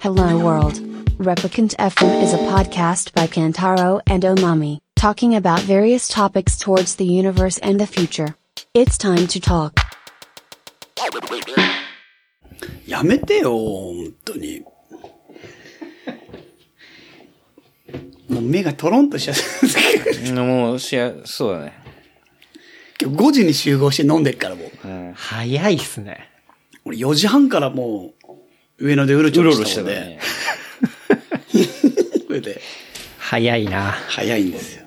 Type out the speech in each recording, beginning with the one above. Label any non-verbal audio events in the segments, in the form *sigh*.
Hello World. Replicant FM is a podcast by Kantaro and Omami, talking about various topics towards the universe and the future. It's time to talk. やめてよ、本当に。もう目がトロンとしちゃう。もう、しや、そうだね。今日5時に集合して飲んでるからもう。うん。早いっすね。俺4時半からもう、上野でうろちうょろろうろししててたたので、ね。これで、早いな。早いんですよ。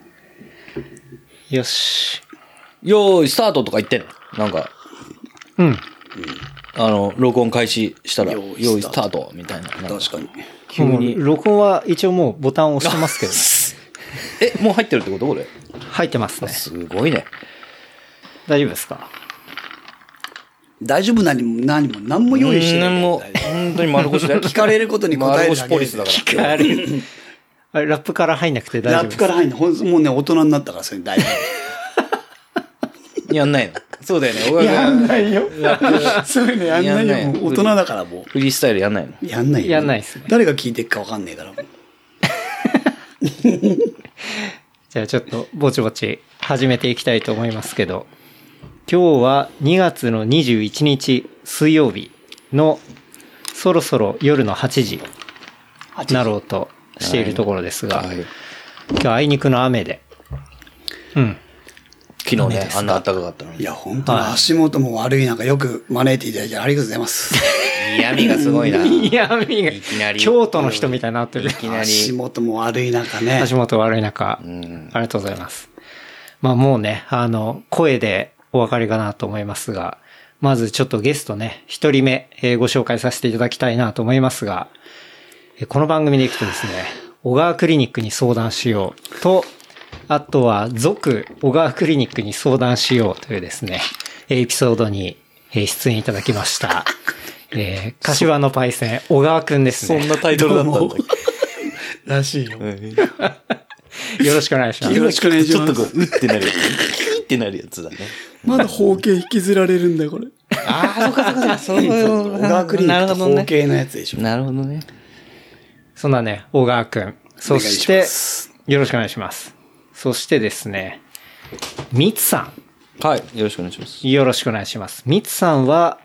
よし。よーい、スタートとか言ってんのなんか、うん。あの、録音開始したら、よよーーいい、スタスターートトみたいな。なんか確かに。急に。録音は一応もうボタンを押してますけど、え、もう入ってるってことこれ。入ってますね。すごいね。大丈夫ですか大丈夫何も、何も、何も用意してない。何も、本当に丸腰だ *laughs* よ。聞かれることに答え丸るだ腰けポでリすスだから。あれ、あれラップから入んなくて大丈ラッ夫でプす。から入んの。ほんもうね、大人になったから、それ大丈やんないの。そうだよね。俺夫。はないよ。 *laughs* そういうのやんないやんないよ。もう大人だからもフリースタイルやんないの。う。やんないよ。やんないっすね誰が聞いてるかわかんないから。じゃあちょっとぼちぼち始めていきたいと思いますけど、今日は2月の21日水曜日のそろそろ夜の8時8なろうとしているところですが、はい今日はあいにくの雨で、 *laughs* うん。昨日ね、あんな暖かかったのいに。や、本当に足元も悪い中、よく招いていただいてありがとうございます。嫌味がすごいな。い嫌味がいきなり京都の人みたいになってる。きなり。足元も悪い中ね。足元悪い中、ありがとうございます。まあもうね、あの、声でお分かりかなと思いますが、まずちょっとゲストね、一人目、えーご紹介させていただきたいなと思いますが、えーこの番組でいくとですね、小川クリニックに相談しようと、あとは、続小川クリニックに相談しようというですね、えーエピソードにえー出演いただきました。えー柏のパイセン、小川くんですそんね。なタイトルだったんだっらしいよ。け。よろしくお願いします。よろしくお願いしますちょっとこう、うってなるやつ。キーってなるやつだね。まだ包茎引きずられるんだよ、これ。ああ、そっかそっか、そう小川クリニックと包茎のやつでしょ。なるほどね。そんなね、小川くん。そお願していします、よろしくお願いします。そしてですね、みつさはい、よろしくお願いします。ん。よろしくお願いします。みつさんは、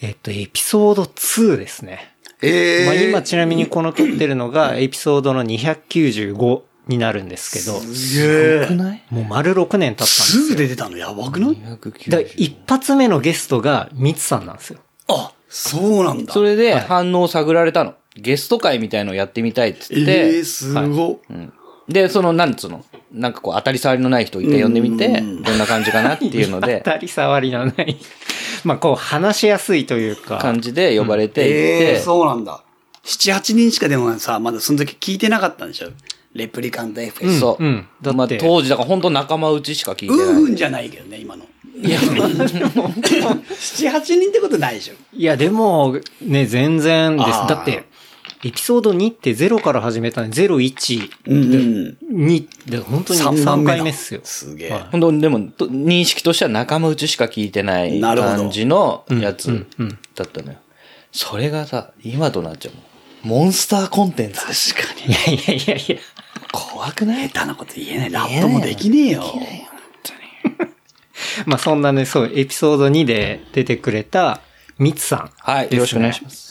えっと、エピソード2ですね。えまあ今ちなみにこの撮ってるのが、エピソードの295になるんですけど、すげえ。ないもう丸6年経ったんですすぐよ。出てたのやばくないだから一発目のゲストがみつさんなんですよ。あ、そうなんだ。それで反応を探られたの。ゲスト会みたいのやってみたいって言っええて、すご。うんで、その、なんつうのなんかこう、当たり障りのない人一回呼んでみて、どんな感じかなって *laughs* いうので *laughs* 当、たり障りのない。まあこう話しやすいというか。感じで呼ばれてえ行えって、そうなんだ。7、8人しかでもさ、まだその時聞いてなかったんでしょ。レプリカント FS。そう。うんだってまあ、当時、だから本当仲間内しか聞いてうなんい。うんじゃないけどね、今の。いや、7、8人ってことないでしょ。いや、でも、ね、全然です。あーだって、エピソード2って0から始めたんで、0、1、うんうん。 2で、本当に三番3目だ回目っすよ。すげえはい本当にでも、と認識としては仲間内しか聞いてないなるほど感じのやつうんうんだったのよ。それがさ、今となっちゃうのモンスターコンテンツ。確かに。いやいやいやいや。怖くない下手なこと言えない。ラないップもできねえよ。まあそんなね、そう、エピソード2で出てくれた、ミツさん。はい、よろしくお願いします。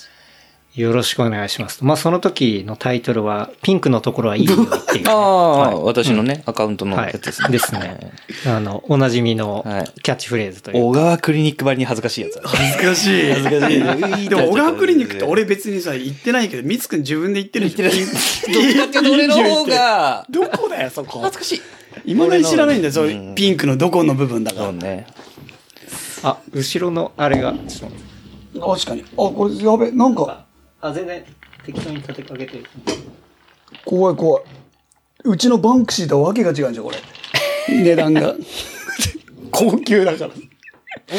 よろしくお願いします。まあその時のタイトルは、ピンクのところはいいよっていう、 *laughs* ああ、はい私のね、アカウントのはやいつで。すね。ですね。あの、おなじみのはいキャッチフレーズという小川クリニックばりに恥ずかしいやつだね難しい。恥ずかしい。でも、小川クリニックって俺別にさ、言ってないけど、みつくん自分で言ってる言ってどっちかっていうと俺の方が、どこだよ、そこ恥。ずかしい。いまだに知らないんだよ、そういうピンクのどこの部分だかそうら。ね。あ、後ろのあれが、ちょっと待って確かに。あ、これやべ、なんか、あ、全然適当に立てかけてる。怖い怖い。うちのバンクシーとわけが違うんじゃ、これ。 *laughs* 値段が。高級だから。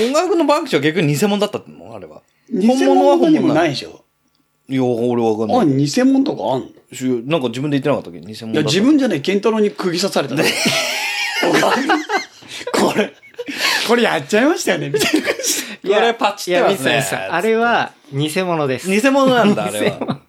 音楽のバンクシーは逆に偽物だったのあれは。偽物は本な物のないでしょ。いや、俺わかんあ、ない。偽物とかあんのしなんか自分で言ってなかったっけ偽物いや、だった自分じゃねえ、ケンタロウに釘刺されたね。 *laughs* これ、これやっちゃいましたよね、みたいな感じで。これパチってますねいや、三井さんあれは偽物です。偽物なんだ、あれは。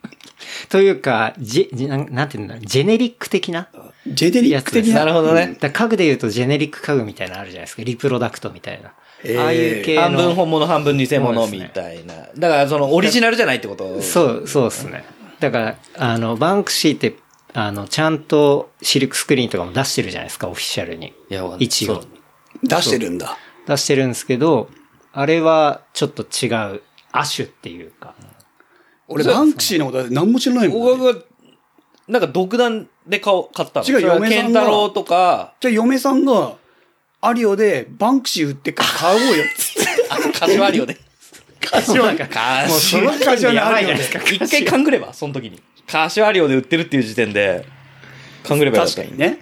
というか、ジェ、ジェなんなんて言うんだろう、ジェネリック的なジェネリやッつクで的す。な。るほどねだから家具で言うとジェネリック家具みたいなのあるじゃないですか。リプロダクトみたいな。えーああいう系の。半分本物半分偽物みたいな、だからそのオリジナルじゃないってことそう、そうですね。だから、あの、バンクシーって、あの、ちゃんとシルクスクリーンとかも出してるじゃないですか、オフィシャルに。いやわかんない一そ応う。出してるんだ。出してるんですけど、あれはちょっと違う、亜種っていうか。俺、バンクシーのことは何も知らないもん。僕はなんか独断で買おう買ったの違うそれは嫁さんが健太郎とかじゃあ、嫁さんが、アリオでバンクシー売ってから買おうよっつって。あカジュアリオでカジュアリオカもうそジュのアリ感じはやばいじゃないですか。オ一回勘ぐればその時にカジュアリオで売ってるっていう時点で勘ぐればよ *laughs* 確かにね。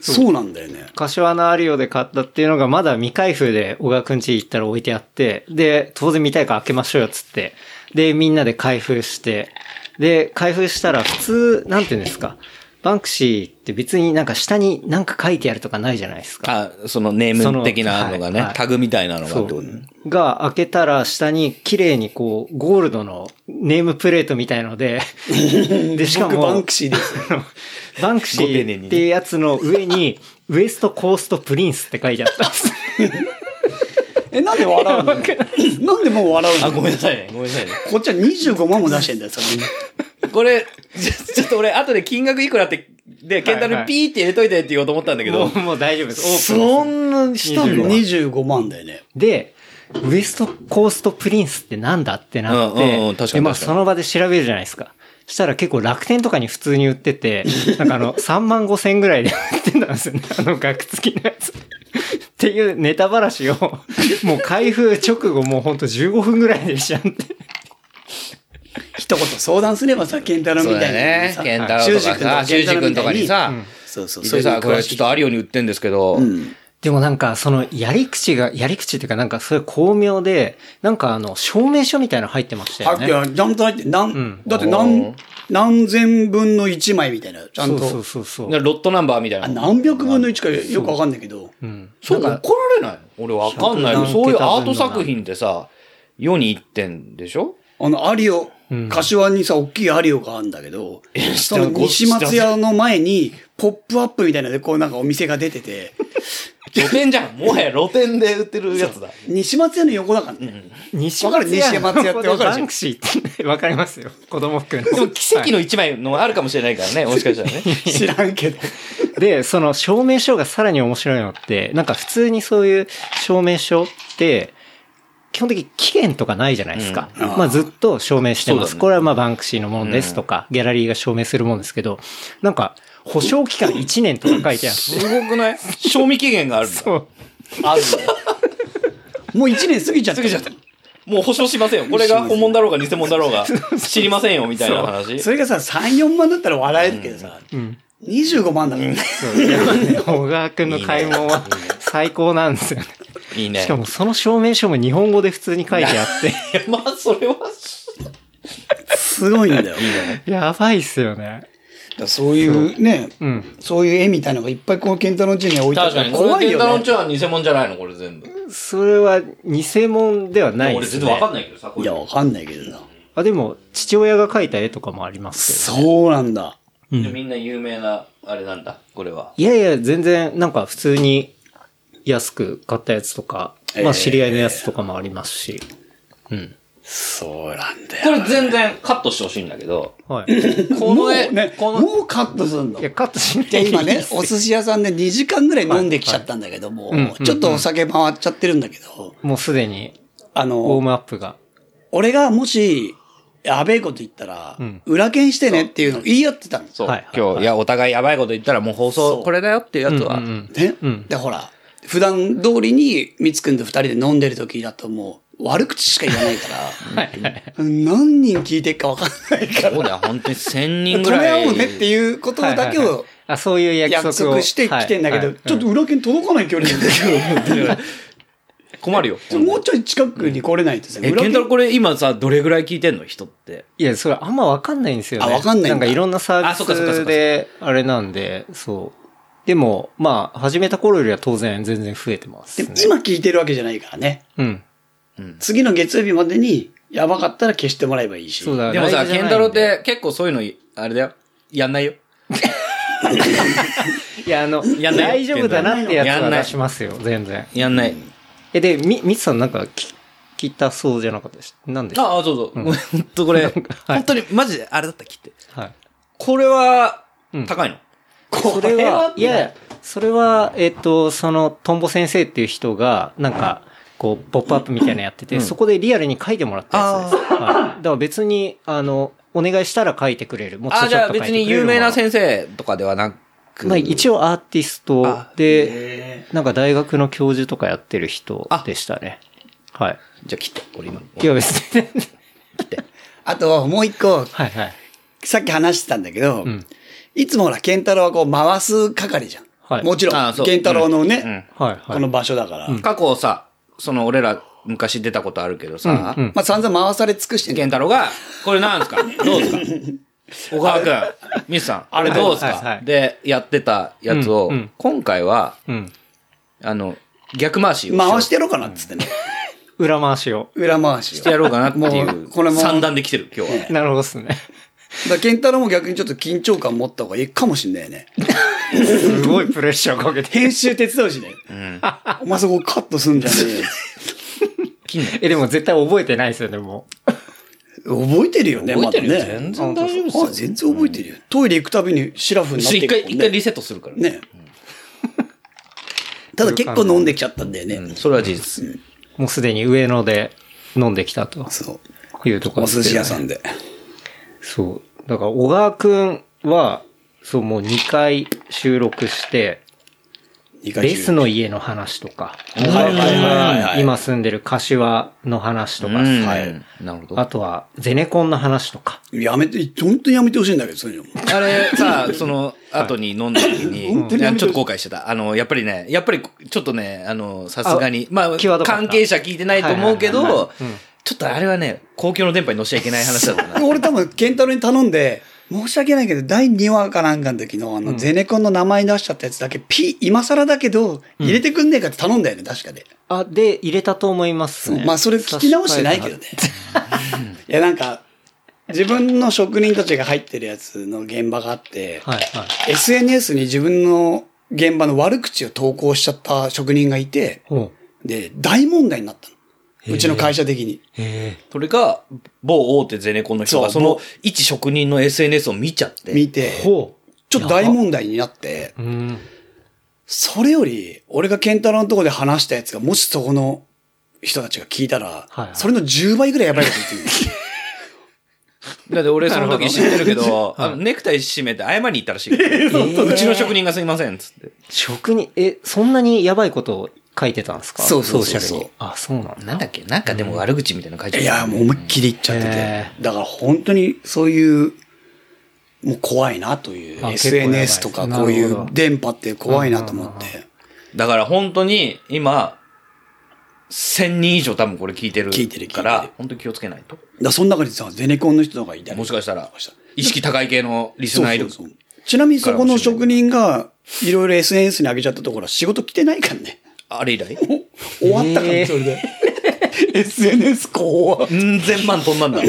そうなんだよね。柏のアリオで買ったっていうのがまだ未開封で小川くん家行ったら置いてあって、で、当然見たいから開けましょうよっつって、で、みんなで開封して、で、開封したら普通、なんていうんですか、バンクシーって別になんか下になんか書いてあるとかないじゃないですか。あそのネーム的なのがそのねはいタグみたいなのがってそことねう。が、開けたら下に綺麗にこう、ゴールドのネームプレートみたい *laughs* ので、で、しか僕、も、バンクシーです。バンクシご丁寧にーねっていうやつの上に、ウエストコーストプリンスって書いてあったんです。 *laughs* え、なんで笑うのなんでもう笑うあのごめんなさいねごめんなさいねこっちは25万も出してんだよ、それに。これ、ちょちょっと俺、後で金額いくらって、で、ケンタはいはルいピーって入れといてって言おうと思ったんだけもどう、、もう大丈夫です。オープンそんなしたの25 25万だよね。で。で、ウエストコーストプリンスってなんだってなって、うんうんうん確かにで、まあ確かにその場で調べるじゃないですか。したら結構楽天とかに普通に売ってて、 *laughs* なんかあの、3万5千ぐらいで売ってたんですよね。あの、額付きのやつ。っていうネタばらしを、もう開封直後もうほんと15分ぐらいでしちゃって。一言相談すればさ、ケンタロウみたいなさ。ケンタロウとかシさ、シュュウウジジ君君ととかかににささ、そうそう、それさ、これちょっとアリオに売ってんですけど、でもなんか、その、やり口が、やり口っていうかなんか、それ巧妙で、なんかあの、証明書みたいなの入ってましたよはっきね。り、ちゃんと入って、なんんだっておー何、何千分の一枚みたいな、ちゃんと。そうそうそうそう。ロットナンバーみたいな。あ何百分の一かよくわかんないけど。そう、怒られない俺わかんないよ。 100そういうアート作品ってさ、世に行ってんでしょあの、アリオ、柏にさ、大きいアリオがあるんだけど、知そってのる西松屋の前に、ポップアップみたいなので、こうなんかお店が出てて、露店じゃん。もはや露店で売ってるやつだ。西松屋の横だからね。西わかる西松屋ってわかるでしょバンクシーって、 *laughs* わかりますよ。子供服の。でも奇跡はの一枚のあるかもしれないからね、もしかしたらね。知らんけど。いで、その証明書がさらに面白いのって、なんか普通にそういう証明書って、基本的に期限とかないじゃないですか。うんあーまあずっと証明してます。そうだねこれはまあバンクシーのものですとか、ギャラリーが証明するものですけど、なんか保証期間1年とか書いてある。すごくない賞味期限があるん *laughs* だ。そう。あるもう一年過ぎちゃった。過ぎちゃったもう保証しませんよ。これが本物だろうが偽物だ *laughs* ろうが、知りませんよ、みたいな話。それがさ、3、4万だったら笑えるけどさ、25万だからね。そういやね小川くんの買い物は最高なんですよね。いいね。しかもその証明書も日本語で普通に書いてあって。いや、まあ、それは、すごいんだ *laughs* よ。 *laughs* やばいっすよね。そういうね、うん。そういう絵みたいなのがいっぱいこのケンタロウ家に置いてある確かからに。怖怖いいよ、ね。ケンタよロンね。チは偽物じゃないの、これ全部。それは偽物ではないで俺す全ね。然わかんないけどさ、こいれや、。わかんないけどな。あ、でも、父親が描いた絵とかもありますそうなんだ。けど。みんな有名な、あれなんだ、これは。いやいや、全然、なんか普通に安く買ったやつとか、えーまあ知り合いのやつとかもありますし。そうなんだよ。これ全然カットしてほしいんだけど、はい。いこもうの絵、ね、この、もうカットすんの。や、カット *laughs* しないで、今ね、お寿司屋さんで2時間ぐらい飲んできちゃったんだけど、もうんう、ちょっとお酒回っちゃってるんだけど、もうすでに、あウォーの、ムアップが。俺がもし、やべえこと言ったら、ん裏剣してねっていうのを言い合ってたんですそう、はいはい今日、い、や、お互いやばいこと言ったらもう放そう送、これだよっていうやつは、うんうんね。で、ほら、普段通りに、みつくんと二人で飲んでる時だともう、悪口しか言わない *laughs* から、何人聞いてるかわかんないかそうら、だよ、本当に1000人ぐ止めら *laughs* い。合おうねっていうことだけはいはいはをい、あ、そういう約束約を。束してきてんだけど、はいちょっと裏剣届かない距離なんだ *laughs* けど、困るよ。 *laughs* ちょもうちょい近くに来れないとさ、え、裏ケ剣ンタロウこれ今さ、どれぐらい聞いてんの人って。いや、それあんまわかんないんですよね。あわかんないんだなんかいろんなサーあそっかそっかビそスっかで、あれなんで、そう。でも、まあ、始めた頃よりは当然全然増えてますでね、も今聞いてるわけじゃないからね。うん。次の月曜日までにやばかったら消してもらえばいいし。そうだでもライさ、ブじゃケンないんでタロウって結構そういうのい、あれだよ。やんないよ。いや、あの、やんない大よ丈夫だなってやつやんはない出しますよ、全然。やんない。え、で、み、みつさんなんかき聞いたそうじゃなかったです。なんでああ、そうそう。ほんとこれ、本当にマジであれだった、切って。はい。これはうん、高いの。こそれは、いやいや、それは、えっ、と、その、トンボ先生っていう人が、なんか、こう、ポップアップみたいなのやってて、うんそこでリアルに書いてもらったやつです。はい、だから別に、あの、お願いしたら書いてくれる。もうちょあちょじゃっあと書い別てくれるに有名な先生とかではなく。まあ一応アーティストあで、なんか大学の教授とかやってる人でしたね。はい。じゃあ切って、俺今。いや別に。あと、もう一個、はいはい。さっき話してたんだけど、んいつもほら、ケンタロウはこう回す係じゃん。はいもちろあん、そうケンタロウのね、うんはいはい。この場所だから、過去さ、その俺ら昔出たことあるけどさ、うんうんまあ散々回され尽くしてんだ健太郎が、これなんですかどう *laughs* ですか小川くん、ミスさん、あれどうですはいはいはかいで、やってたやつをうんうん、今回は、うん。あの、逆回しを回してやろうかなっつってね。裏回しを。裏回しを。してやろうかなってもいうこれ、も三段で来てる、今日は。なるほどっす *laughs* ね。だからケンタロウも逆にちょっと緊張感持った方がいいかもしんないよね。すごいプレッシャーかけて。編集手伝うしね。お前そこカットすんじゃねえよ。え、でも絶対覚えてないですよね、も覚えてるよね、覚えてるよまだね全然大丈夫っすよあ、全然覚えてるよ。トイレ行くたびにシラフになって一いく回、もんね。一回リセットするからね。ね。 *laughs* ただ結構飲んできちゃったんだよね。それは事実。う。もうすでに上野で飲んできたとそう。いうところおですけど寿司屋さん。んで。そう。だから小川くんは、そう、もう2回収録して、二回レ中スの家の話とか、いはいはいはい今住んでる柏の話とうか、んはいなるほど。あとはゼネコンの話とか。やめて、本当にやめてほしいんだけど、そういうの。あれさ、その後に飲んだ時に、本当いにややめてちょっと後悔してた。あの、やっぱりね、やっぱりちょっとね、あの、さすがに、あまあ際どか、った関係者聞いてないと思うけはいはいど、ちょっとあれはね、公共の電波に乗しちゃいけない話だった *laughs* な。俺多分、ケンタロウに頼んで、申し訳ないけど、第2話かなんかの時の、あの、ゼネコンの名前出しちゃったやつだけ、ピ、今更だけど、入れてくんねえかって頼んだよね、確かで。あ、で、入れたと思いますね。まあ、それ聞き直してないけどね。 *laughs* いや、なんか、自分の職人たちが入ってるやつの現場があって、はいはい。 SNS に自分の現場の悪口を投稿しちゃった職人がいて、ほで、大問題になったの。うちの会社的に。う。へそれが、某大手ゼネコンの人が、そそうの一職人の SNS を見ちゃって、見て、え。ほちょっと大問題になって、う。うん。それより、俺がケンタロウのとこで話したやつが、もしそこの人たちが聞いたら、はいはいそれの10倍ぐらいやばいこと言ってる。だって俺その時知ってるけど、なるほどあのネクタイ締めて謝りに行ったらしいから。うちの職人がすいません、つって。職人、え、そんなにやばいことを書いてたんですかそうそうそうそうソーシャルにあ、そうなんだ。なんだっけなんかでも悪口みたいなの書いていや、もう思いっきり言っちゃってへて。だから本当にそういう、もう怖いなという、あ結構やばい SNS とかこういなるほうど電波って怖いなと思っうんうんて、だから本当に今、1000人以上多分これ聞いてる聞いてる聞いてかるら、本当に気をつけないと。だからその中にさ、ゼネコンの人とかいたりもしかしたらそうそう、意識高い系のリスナーいる。そうちなみにそこの職人が、いろいろ SNS に上げちゃったところは仕事来てないからね。あれ以来終わったから、へーそれ *laughs* で。SNS 怖うん、千万飛んだん *laughs* だ。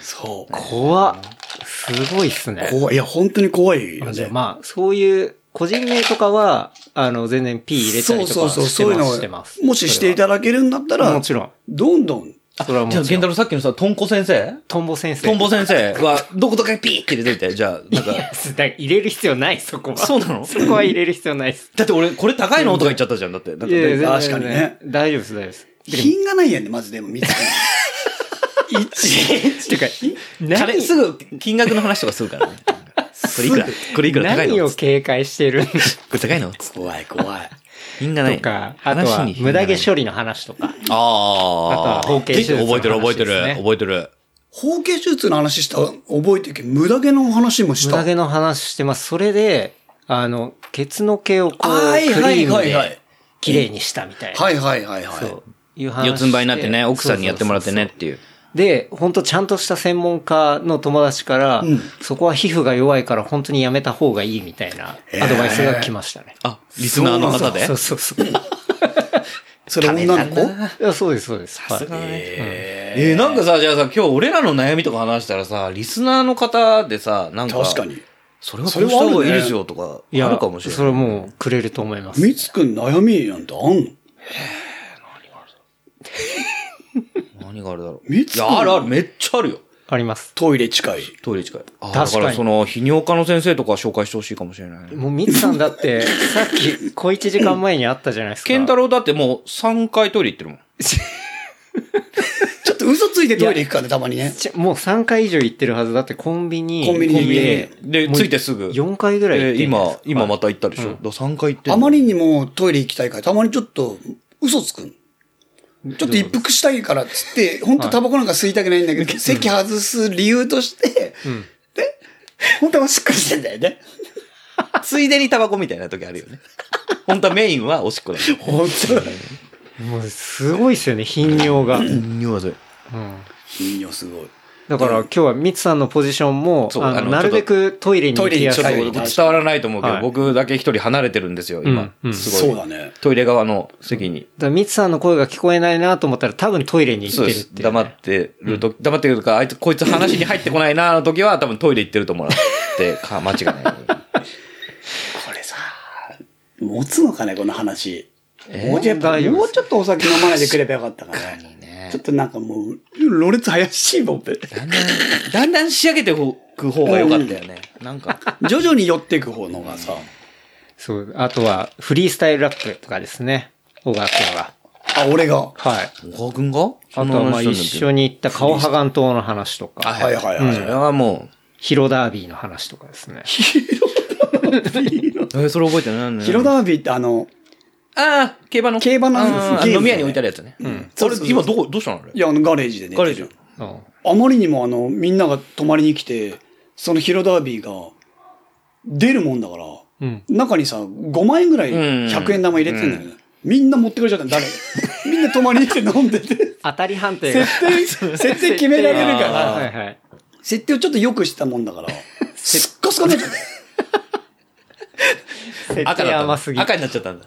そう。怖っ。すごいっすね。怖い。いや、本当に怖いよあじゃあね。まあ、そういう、個人名とかは、あの、全然 P 入れたそりうとそうかそう、してそういうまのす、してます。を、もししていただけるんだったそれはら、もちろん。どんどん、それはもじちゃろあ、ん。ケンタロウさっきのさ、トンコ先生トンボ先生。トンボ先生は、どことかにピーって入れといて。じゃあ、なんかい、やだから入れる必要ない、そこは。そうなのそこは入れる必要ないです。だって俺、これ高いのとか言っちゃったじゃん。だって、なんかいやいねや全然確かにね全然大丈夫です、大丈夫です。品がないやね、まずでも、見つけ *laughs* ない一てか、金、何すぐ金額の話とかする *laughs* からね。これいくらこれいくら高い何のをこ警戒してるんだれ高いの怖い、怖い。品がない。とか、あとは、無駄毛ょ。処理の話とか。あああ。とは包茎手術の覚えてる覚えてる話ですね覚えてる。包茎手術の話した、覚えてるけど、無駄毛の話もし無た。駄はい毛の話してます。それで、あの、ケツの毛をこう、はクリいはいームはいはいで、綺麗にしたみたいな。はいはいはい。そう。いう話。四つん這いになってね、奥さんにやってもらってねっそうそうそうていう。そう。で、本当ちゃんとした専門家の友達から、うんそこは皮膚が弱いから本当にやめた方がいいみたいなアドバイスが来ましたね。あ、リスナーの方でそうそうそう。それ女の子いやそうです、そうです。さすがはいね。えーえー、なんかさ、じゃあさ、今日俺らの悩みとか話したらさ、リスナーの方でさ、なんか、確かに。それはこうした方がいいですよとか、いや、あるかもしれない。それもうくれると思います。みつくん悩みなんてあんの何があるだろう。三ついや、あるある、めっちゃあるよ。あります。トイレ近い。トイレ近い。あー確かにだからその、泌尿科の先生とか紹介してほしいかもしれないね。もう、みつさん *laughs* だって、さっき、小一時間前にあったじゃないですか。ケンタロウだってもう3回トイレ行ってるもん。ちょっと嘘ついてトイレ行くからねたまにね。ちもう3回以上行ってるはずだって、コンビニ。コンビニ家で、もうついてすぐ。 4回ぐらい行っでてんじゃないで今す、か今また行ったでしょ。だ3回行ってんのあまりにもトイレ行きたいから、たまにちょっと嘘つくん。ちょっと一服したいからっつって、本当タバコなんか吸いたくないんだけど、 *laughs* 席外す理由として、んで、本当はおしっこしてんだよね。ついでにタバコみたいな時あるよ *laughs* ね。本当はメインはおしっこだよ。本当だ。もう、すごいですよね、頻 *laughs* 尿が。うん。いいよ、すごい。だから、今日はみつさんのポジションも、そうあのあのなるべくトイレに行きやすトイレいに。ちょっ伝わらないと思うけど、はい僕だけ一人離れてるんですよ、今。うんうんすごい。そうだね。トイレ側の席に。だからミツさんの声が聞こえないなと思ったら多分トイレに行そうってでるっす。ていうね、黙ってると、黙ってるか、あいつ、こいつ話に入ってこないな、の時は、多分トイレ行ってると思うなって、か、間違いない。これさ、持つのかね、この話。えーもうちょっと、大丈夫ですもうちょっとお酒飲まないでくればよかったかね。ねちょっとなんかもう、ろれつ怪しいもんね。だんだん、だんだん仕上げてく方が良かったよね。なんか、徐々に寄っていく方のがさ、そう。あとは、フリースタイルラップとかですね。小川君は。あ、俺が。はい。小川くんがああとは、まあ、一緒に。に行った顔ハガン島の話とあ、か、はいははいいはいははいい。それはもヒロダービーの話とかですね。う、えー、それ覚えてないのヒロダービーってあの、ああ、競馬の。競馬のあーゲーム飲み屋に置いてあるやつね。それ、今どこ、どうしたのあれい。や、あの、ガレージでね。ガレージ。うんあまりにもあの、みんなが泊まりに来て、そのヒロダービーが、出るもんだから、うん。中にさ、5万円ぐらい、うん100円玉入れてんだよね。みんな持ってくれちゃったの *laughs* 誰みんな泊まりに来て飲んでて。当たり判定が。設 *laughs* 定、設定決められるから。はいはい。設定をちょっと良くしたもんだから、すっかすかになっちゃったよ。設定だ甘ったすんぎだ。赤になっちゃったんだ。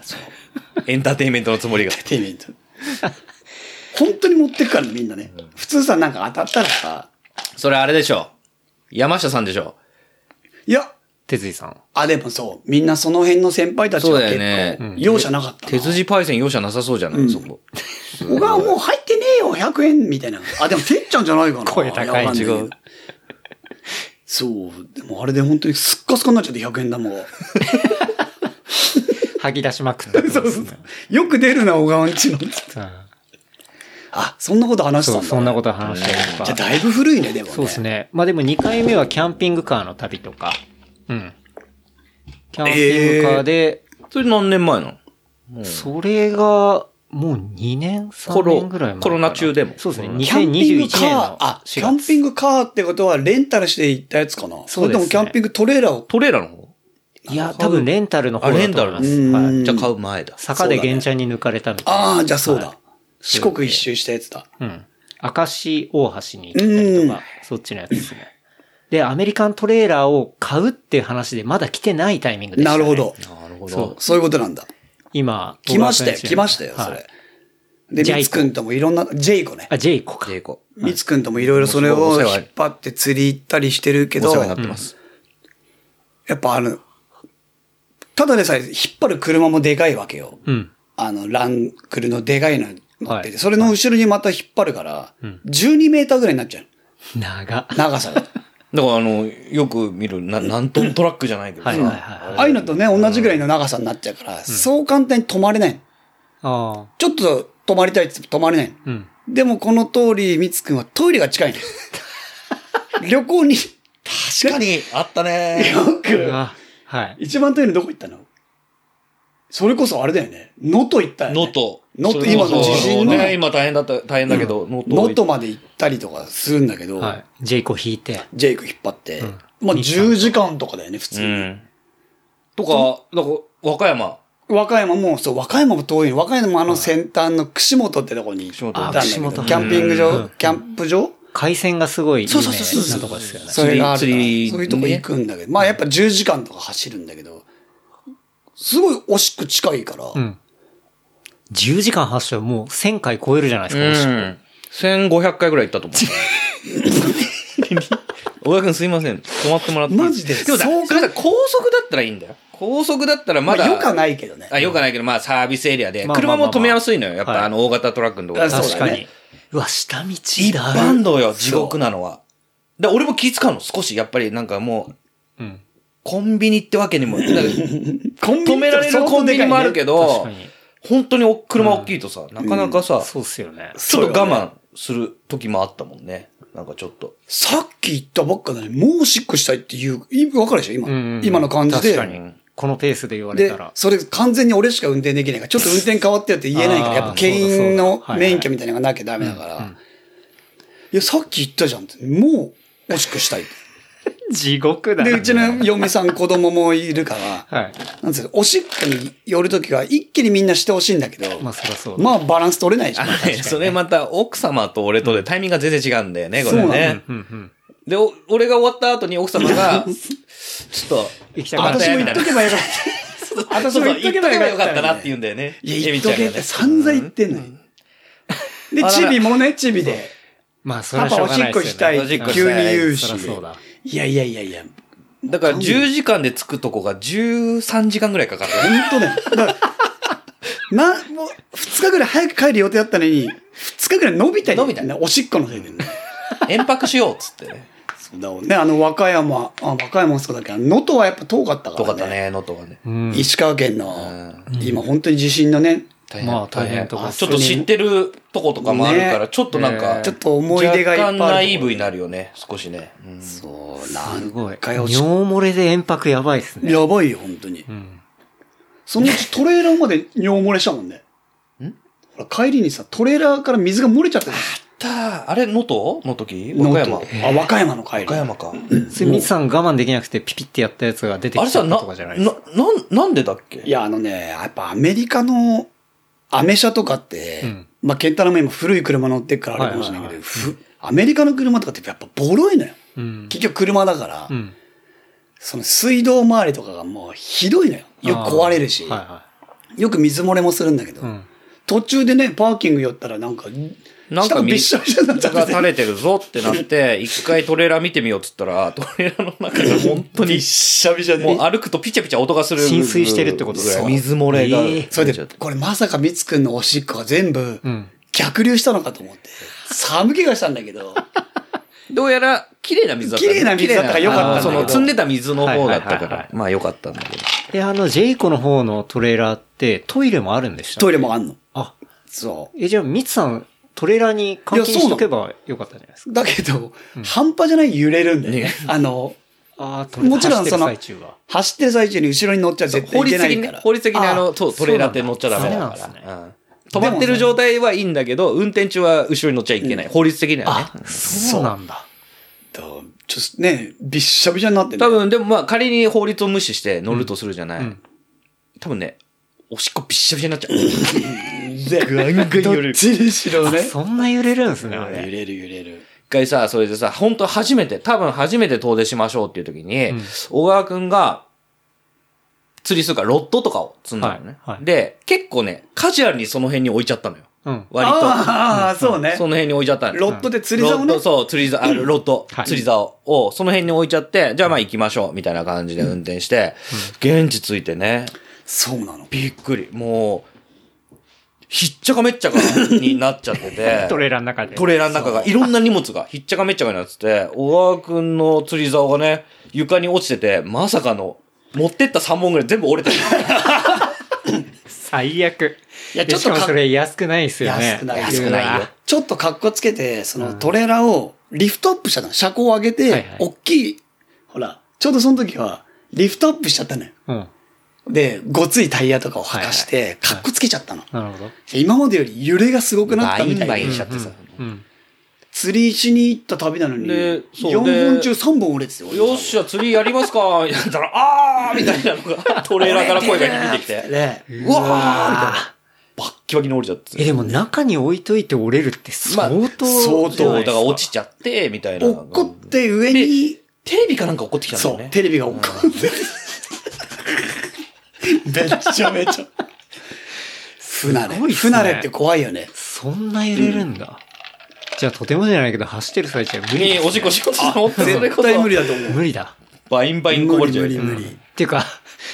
エンターテインメントのつもりが。テイメント。本当に持ってくからね、みんなね。普通さ、なんか当たったらさ、それあれでしょ。山下さんでしょ。いや、哲井さん。あ、でもそう、みんなその辺の先輩たちはそうだ結よね構、容赦なかったな。手筋パイセン容赦なさそうじゃない、そこ。小川もう入ってねえよ、100円みたいな。あ、でもてっちゃんじゃないかな。声高いわかんなけど違う。そう、でもあれで本当にすっかすかになっちゃって100円玉 *laughs* が。吐き出しまくっ *laughs* たってことですね。よく出るな、小川んちの。うんあ、そんなこと話したんそだ、う、そんなこと話したりとじゃあか。だいぶ古いね、でもね。そうですね。まあでも2回目はキャンピングカーの旅とか。うん。キャンピングカーで、それ何年前なのそれが、もう2年、コ3ロ年ぐらい前かな。コロナ中でもそうですね。キャンピング2021カ年ーの、あ、キ4ャン月。ピングカーってことはレンタルして行ったやつかな。そうれですねともキャンピングトレーラーを、トレーラーの方いや、多分レンタルの方あ、だレンとタ思いルなまんす。ですはいじゃあ買う前だ。坂で原チャンに抜かれたみたいな。ああ、じゃあそうだ。は四国一周したやつだ。うん。明石大橋に行ったりとか、そっちのやつですね。で、アメリカントレーラーを買うっていう話で、まだ来てないタイミングでした、なるね。ほ。ど。なるほそど。そういうことなんだ。今、来ましたよ、来ましたよ、はいそれ。で、ジャイコみつくんともいろんな、ジェイコね。あ、ジェイコか。ジェイコ。みつくんともいろいろそれもうをすごいお世話引っ張って釣り行ったりしてるけど、お世話になってやます。っぱあの、ただでさえ引っ張る車もでかいわけよ。うん。あの、ランクルのでかいの乗ってて、はいそれの後ろにまた引っ張るから、12メーターぐらいになっちゃう。長。長さが。だからあの、よく見る、な何トントラックじゃないけどはいはいはいさ。。ああいうのとね、同じぐらいの長さになっちゃうから、そう簡単に止まれない。ああ。ちょっと止まりたいって言っても止まれない。うん。でもこの通り、みつくんはトイレが *laughs* 近いの。旅行に、確かに、あったね。ようく、わはい。一番トイレどこ行ったのそれこそあれだよね。能登行ったよね。能登。能登それこそ今の地震のね、今大変だった、大変だけど、能登。能登まで行ったりとかするんだけど、はい。ジェイコ引いて。ジェイク引っ張って、うんまあ10時間とかだよね、普通うに。ん。とか、だから、和歌山。和歌山も、そう、和歌山も遠いの。和歌山もあの先端の串本ってとこに行ったんだけ串ど、本キあャンピング串場本、キャンプ場海鮮がすごい有そう名そうそうそうなとこですよね。それがあるから釣りそういうとこ行くんだけど、まあやっぱ10時間とか走るんだけど、すごい惜しく近いから、うん。10時間発車もう1000回超えるじゃないですか、おしっこ。 1500回ぐらい行ったと思う。小田君すいません。止まってもらっていい。マジででもさ、そうかそれさ高速だったらいいんだよ。高速だったらまだ。よかないけどね。あ、よくはないけど、まあサービスエリアで。まあまあま車あまあも止めやすいのよ。やっはいぱあの大型トラックのとこあろ。そうだね確かに。うわ、下道だ。一般道よ、地そう獄なのは。で、俺も気使うの、少し。やっぱりなんかもう、うん。コンビニってわけにも。なんかコンビニ止めら *laughs* れるコンビニもあるけ相当どでかいね、本当にお車大きいとさ、なかなかさ、そうっすよね。ちょっと我慢する時もあったもんね。なんかちょっと。さっき言ったばっかなのに、もうおしっこしたいっていう、いわかるでしょ今、うんうん今の感じで。確かに。このペースで言われでたら、。それ完全に俺しか運転できないから、ちょっと運転変わってよって言えないから、あーやっぱ牽引のそうだそうだはいはい免許みたいなのがなきゃダメだから。いや、さっき言ったじゃんって。もう、おしっこしたいって。地獄だで、うちの嫁さん子供もいるから、はい。なんつうの、おしっこに寄るときは一気にみんなしてほしいんだけど、ままああ、そりゃそうだ。バランス取れないじゃん。 *laughs* それまた奥様と俺とでタイミングが全然違うんだよね、これそうなね。うんうん。で、お俺が終わった後に奥様が、ちょっと、行きたかった私も言っとけばよかっ *laughs* 私も言っとけばよかったなって言うんだよね。た。いや、エ言ミっとちゃんけっがてね。散々言ってんのに。で、あらチビもね、チビで。まあそパれはしパおょうがしなっいこでしすたよいね。って急に言うしそりゃそうだ。。いやいやいやいや。だから10時間で着くとこが13時間ぐらいかかった。本当だよ。だからな、もう、二日ぐらい早く帰る予定だったのに、二日ぐらい伸びたり伸びたね。おしっこのせいでね。延泊しようっつってね。そうだもんね。あの、和歌山、あ、和歌山もそうだけど、能登はやっぱ遠かったからね。とかったね、能登がね。うん。石川県の、今本当に地震のね、大まあ大変とかあちょっと知ってるとことかもあるから、ねちょっとなんか、ねちょっと思い出がいっぱいある若とこ干ナイーブになるよね、少しね。うんそう、なんすごい。かよ尿漏れで延泊やばいっすね。やばいよ、本当に。うん。そのうちトレーラーまで尿漏れしたもんね。ほら、帰りにさ、トレーラーから水が漏れちゃったのただ、あれ、能登の時和歌山。能和登あ、和歌山の帰り。歌山か。それ、ミツさん我慢できなくてピピってやったやつが出てあきれちゃさ、っな、なたとかじゃない、ですなか。、なんでだっけいや、あのね、やっぱアメリカの、アメ車とかって、うんまあ、ケンタラも今古い車乗ってっからあるかもしれないけど、はいはいはいふアメリカの車とかってやっぱボロいのよ。うん。結局車だから、うん。その水道周りとかがもうひどいのよ。よく壊れるし、はいはよく水漏れもするんだけど、い。うん。途中でね、パーキング寄ったらなんか、なん下かがびっ水しょびしょになっちゃがって垂て。れてるぞってなって、 *laughs* 一回トレーラー見てみようっつったら、トレーラーの中が本当に、しゃびしゃもう歩くとピチャピチャ音がする。浸水してるってことですかそう水漏れが。ええそれで、これまさかみつくんのおしっこが全部うん。逆流したのかと思って、寒気がしたんだけ *laughs* ど、どうやら、綺麗な水だったね。綺麗な水だったから良かったんだけどあーその、積んでた水の方だったはかいはいはいはら。まあ良かったんだけど。で、あの、ジェイコの方のトレーラーってトイレもあるんでしたトイレもあんの。あ、そう。え、じゃあ、ミツさん、トレーラーに監禁しとけばよかったんじゃないですか。だけど、半端じゃない揺れるんだよね。あの、ああー、トもちろんその走ってる最中が。走ってる最中に後ろに乗っちゃ絶対法いけ律な的にいかねら。、法律的にあの、そう、そトうなレーラんだーって乗っちゃダメだかダメら。うん止まってる状態はいいんだけど、運転中は後ろに乗っちゃいけない。法律的にはね。そうなんだ。とちょっとね、びっしゃびしゃになってんだ多よ分、でもまあ仮に法律を無視して乗るとするじゃない。多分ね、おしっこびっしゃびしゃになっちゃ *laughs* う。*laughs* どっちにしろね。そんな揺れるんですね、あ揺れ。れる揺れる。一回さ、それでさ、本当初めて、多分初めて遠出しましょうっていう時に、小川くんが、釣りするから、ロットとかを釣んだのね、はいはいで、結構ね、カジュアルにその辺に置いちゃったのよ。うん。割と。ああ、そうねそ。の辺に置いちゃったのよロットで釣り竿ねロットそう、釣り *laughs* 竿、あロット、はい。釣り竿を、その辺に置いちゃって、じゃあまあ行きましょう、みたいな感じで運転して、現地着いてね、そうなの。びっくり。もう、ひっちゃかめっちゃかになっちゃっててトレーラーの中 *laughs* で。トレーラーの中が、いろんな荷物が、ひっちゃかめっちゃかになってて、小川くんの釣り竿がね、床に落ちてて、まさかの、持ってった3本ぐらい全部折れてる。最悪。いやでちょっとしかもかそれ安くないですよね。安くないよ安くないよ。ちょっと格好つけて、そのトレーラーをリフトアップしたの。車高を上げはいてはい、大きい、ほら、ちょうどその時は、リフトアップしちゃったのよ。うん。で、ごついタイヤとかを履かして、格好つけちゃったの。なるほど。今までより揺れがすごくなっバたみイたンいバなインしちゃってさ。うん。釣りしに行った旅なのに、でそう4で本中3本折れてたよ。よっしゃ、釣りやりますかみたいなたら、あーみたいなのが、トレーラーから声が響いてきて、ね。うわーみたいな。バッキバキに折れちゃってえ、。でも中に置いといて折れるって相相当、当じゃそう、なだいでかすら落ちちゃって、みたいな。落っこって上に、テレビかなんか落っこってきたんだそよう、ね。テレビが落っこって。めちゃめちゃ。不慣すごいれ。っ不すね慣れって怖いよね。そんな揺れるんだ。じゃあとてもじゃないけど走ってる最中は無理に、おしっこしようと思って、それこ絶そ対無理だと思う。無理だ。バインバインこぼれちゃう。無理無理無理。っていうか、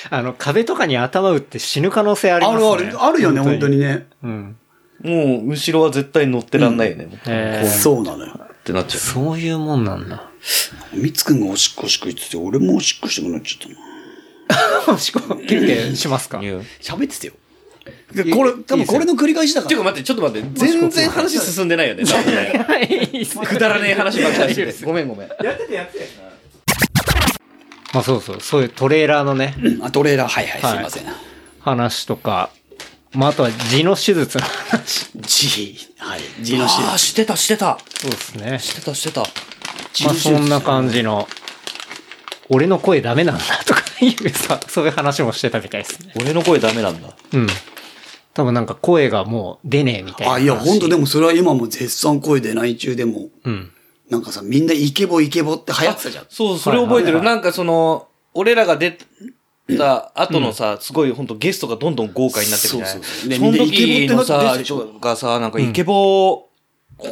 あの、壁とかに頭打って死ぬ可能性ありあまするあね。る、あるよね、本当に。ね。うん。もう、後ろは絶対乗ってらんないよね。もうえーそうなのよ。ってなっちゃう。そういうもんなんだ。みつくんがおしっこおしっこ言ってて、俺もおしっこしてもらっちゃったな。おしっこ、キュッてしますかうん喋ってたよ。これ、多分これの繰り返しだかていうら。か待って、ちょっと待って、全然話進んでないよね。多分ねはい、くだらねえ話ばっかりしてる。 *laughs* ごめんごめん。まあそうそう、そういうトレーラーのね、うんあ、トレーラー、はいはい、はいすいません。話とか、まああとは痔の手術の話。 G、はい、G のシーああ、してた、してた。そうですね。してた、してた。まあそんな感じの、俺の声ダメなんだとか *laughs* いうさ、そういう話もしてたみたいですね。俺の声ダメなんだ。うん。多分なんか声がもう出ねえみたいなあ、話。いや、ほんとでもそれは今も絶賛声出ない中でも、うん。なんかさ、みんなイケボイケボって流行ってたじゃん。そう、それ覚えてる。なんかその、俺らが出た後のさ、すごい本当ゲストがどんどん豪華になってくるじゃないそうそうそうねその時のみんなイケさボってなってるでし、ょがさ、なんかイケボ、こ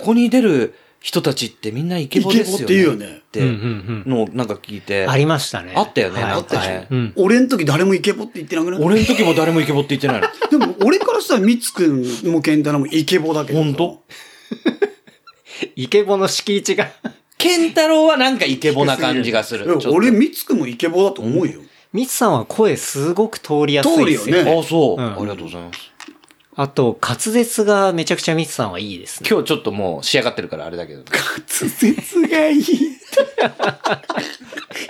こに出る人たちってみんなイケボですよね。イケボって言うよねってうんうんのをなんか聞いて。ありましたね。あったよねはいあったよねはいうん。俺ん時誰もイケボって言ってなくない俺の時も誰もイケボって言ってないの。でも俺からしたらみつくんもケンタラもイケボだけど。ほんとイケボの敷地が、ケンタロウはなんかイケボな感じがすいる。やちょっと俺、みつくんもイケボだと思うよ。ミツさんは声すごく通りやすいです通るよよねね。あ、そう、うんありがとうございます。あと、滑舌がめちゃくちゃミツさんはいいですね。今日ちょっともう仕上がってるからあれだけど。滑舌がいい。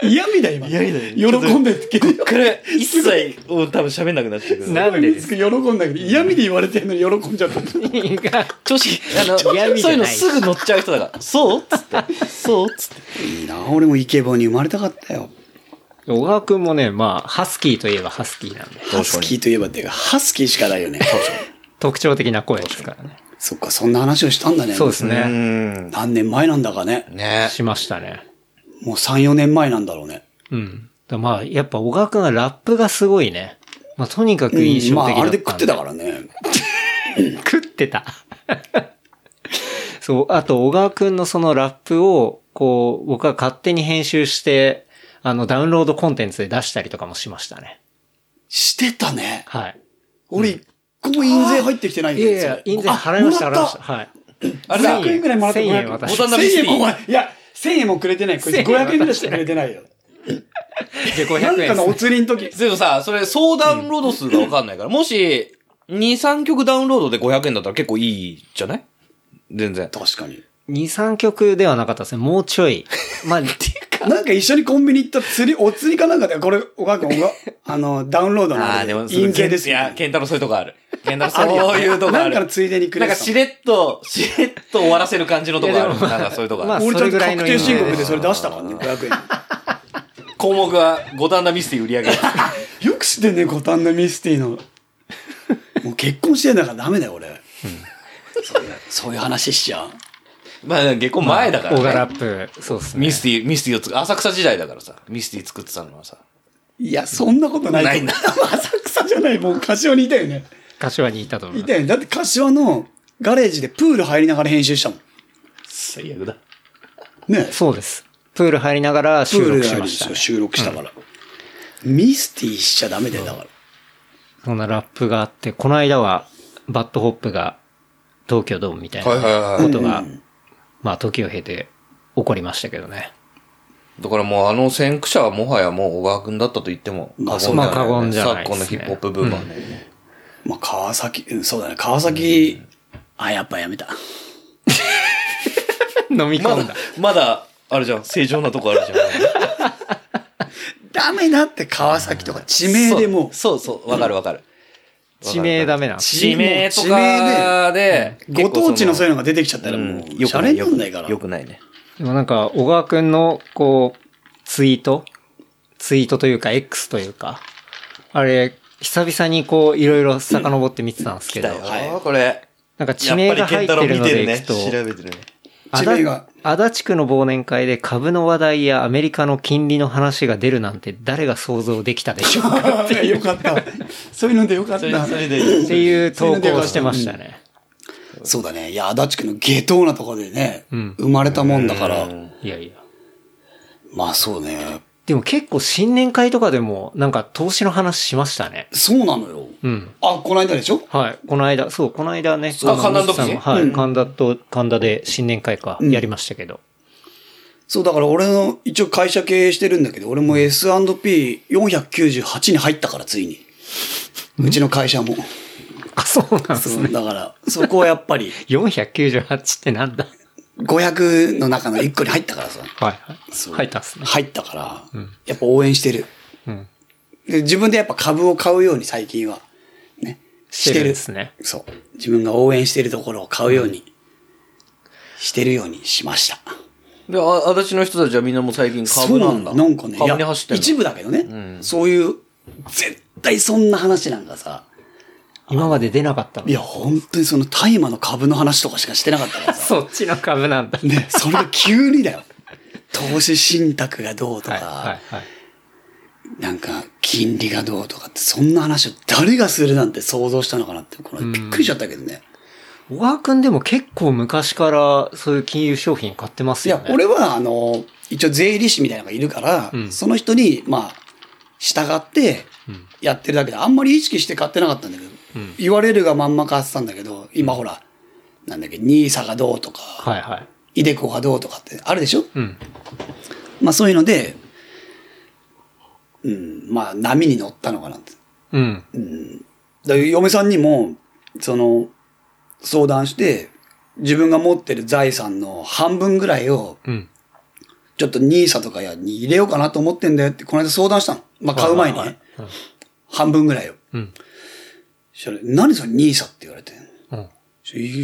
嫌味だ、今。嫌味だ喜んでるけど。これ、一切、多分喋んなくなっちゃうけど。なんでみつくん喜んだけど、嫌味で言われてんのに喜んじゃった。調子、あの、そう嫌味じいゃうのないすぐ乗っちゃう人だから。そうっつって。そうっつって。いいな、俺もイケボに生まれたかったよ。 *laughs* 小川くんもね、まあ、ハスキーといえばハスキーなんで、ハスキーといえばっていうか、ハスキーしかないよね。特徴的な声ですからね。そっか、そんな話をしたんだね。そうですうね。ん。何年前なんだかね。ねしましたね。もう3、4年前なんだろうね。うん。だまあ、やっぱ小川くんはラップがすごいね。まあ、とにかく印うん、ま象的だったんで、あ、あれで食ってたからね。食ってた。 *laughs* そう、あと小川くんのそのラップを、こう、僕は勝手に編集して、あの、ダウンロードコンテンツで出したりとかもしましたね。してたね。はい。俺、一個も印税入ってきてないんいやいや、印税払いました、払いました。はい。あれだ500円くらいもらった1000円500渡ボしタン1000ダメして円いいもお前、いや、1000円もくれてない。こいつ1000円渡し500て円ぐらいしかくれてないよ。で、なん500円かのお釣りの時。でもさ、それ総ダウンロード数がわかんないから、もし、2、3曲ダウンロードで500円だったら結構いいじゃない全然。確かに。 2、3曲ではなかったですね。もうちょい。まあ、なんか一緒にコンビニ行った釣り、お釣りかなんかで、これ、おかくん、 *laughs* おがあの、ダウンロードのあああ、れでも、印税ですいよや、ケンタロウそういうとこある。ケンタロウあるよねそういうとこあなる。んかのついでにくれなてんたかしれっと、しれっと終わらせる感じのとこある。なんかそういうとこまあある。俺ちゃんそれぐとらいの確印定税申告でそれ出したからね、500項目は五反田ミスティ売り *laughs* 上げ。円。よく知ってんね、五反田ミステ *laughs* ィの。もう結婚してんだからダメだよ、俺。そういうそういう話しちゃう。まあ、結構前だから、ね。オガラップ、そうですね。ミスティ、ミスティを作る、浅草時代だからさ、ミスティ作ってたのはさ。いや、そんなことない。ないんだ浅草じゃない、もう柏にいたよね。柏にいたと思いうた。よね。だって柏のガレージでプール入りながら編集したもん。最悪だ。ね。そうです。プール入りながらプ収ール録でしあるんまでしすた、よ、ね。収録したから。ミスティしちゃダメだよ、だから。そんなラップがあって、この間は、バッドホップが東京ドームみたいなはいことが、まあ時を経て起こりましたけどね。い。だからもうあの先駆者はもはやもう小川君だったと言ってもまあ過言まあ過言じじゃゃなないい昨今のですヒねップホップブームはね。まあ、川崎、うんそうだね、川崎、あ、やっぱやめた。飲みま込んだだ。、まだ、あれじゃん、正常なとこあるじゃん。 *laughs* ダメだって、川崎とか、地名でもそうそうそう、わかるわかる。地名ダメなんです。地名と地名かで、う、ご当地のそういううのが出てきちゃったら、のもうんう、シャレになんないから。*laughs* よくないね。でもなんか、小川くんの、こう、ツイートツイートというか、X というか、あれ、久々にこう、いろいろ遡って見てたんですけど、だよ、はいこれ。なんか地名が入ってるのでやっぱいくと、り健太郎見てるね調べてるね。足地立名が足立区の忘年会で株の話題やアメリカの金利の話が出るなんて誰が想像できたでしょう *laughs* かよかった。そういうのでよかった。それでいいよっていう投稿をしてましたね。そうだね。いや、足立区の下等なところでね、うん生まれたもんだから、いやいや。まあそうね。でも結構新年会とかでもなんか投資の話しましたね。そうなのよ。うん。あ、この間でしょはい。この間、そう、この間ね。ああの神田の時さんもはうい。ん神田と、神田で新年会か、うんやりましたけど。そう、だから俺の、一応会社経営してるんだけど、俺も S&P498 に入ったから、ついに。うちの会社も。あ、そうなんですそね。うだから、そこはやっ *laughs* ぱり、 498ってなんだ500の中の1個に入ったからさ。はいはい。入ったんですね。入ったから、んやっぱ応援してる。うん。で自分でやっぱ株を買うように最近は、ね。してるんですね。そう。自分が応援してるところを買うように、してるようにしました。で、あ、足立の人たちはみんなもう最近株なんだ。なんかね、株に走っていや一る。部だけどね、そういう、絶対そんな話なんかさ、今まで出なかったのい。や、本当にその大麻の株の話とかしかしてなかったから *laughs* さ、そっちの株なんだ。ね、それが急にだよ。投資信託がどうとか、はいはいはい。なんか金利がどうとかって、そんな話を誰がするなんて想像したのかなって、これびっくりしちゃったけどね。小川くんでも結構昔からそういう金融商品買ってますいよやね。、俺は、あの、一応税理士みたいなのがいるから、んその人に、まあ、従って、やってるだけで、あんまり意識して買ってなかったんだけど、言われるがまんま買ってたんだけど、今ほら、なんだっけ、ニーサがどうとか、はいはい。イデコがどうとかってあるでしょうん。まあそういうので、うん、まあ波に乗ったのかなって。うん。だから嫁さんにも、その、相談して、自分が持ってる財産の半分ぐらいを、うん。ちょっとニーサとかやに入れようかなと思ってんだよって、この間相談したの。まあ、買う前にはいね。半分ぐらいを。うん。それ、何それニーサって言われて。うん。う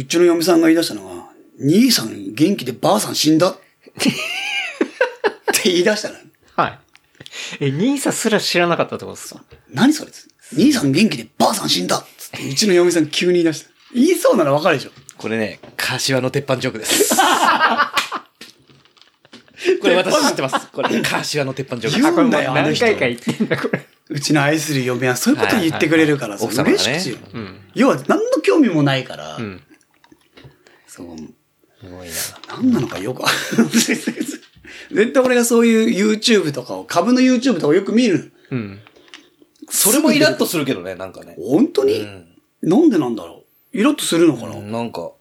ちの嫁さんが言い出したのが、兄さん元気でばあさん死んだって言い出したのよ。はい。え、ニーサすら知らなかったってことですか何それっつって兄さん元気でばあさん死んだっつって、うちの嫁さん急に言い出した。言いそうならわかるでしょ。これね、柏の鉄板ジョーク *laughs* です。これ私知ってます。これ、柏の鉄板ジョークで言す。うんだよ、あの何人。回か言ってんだ、これ。うちの愛する嫁はそういうこと言ってくれるから、はいはいそはうい嬉奥様がねしくてうよん。要は何の興味もないから、うん。そう、すごいな。何なのかよくわかんない *laughs* 絶対俺がそういう YouTube とかを、株の YouTube とかをよく見る。うん。それもイラッとするけどね、なんかね。本当に、なんでなんだろうイラッとするのかな、なんか、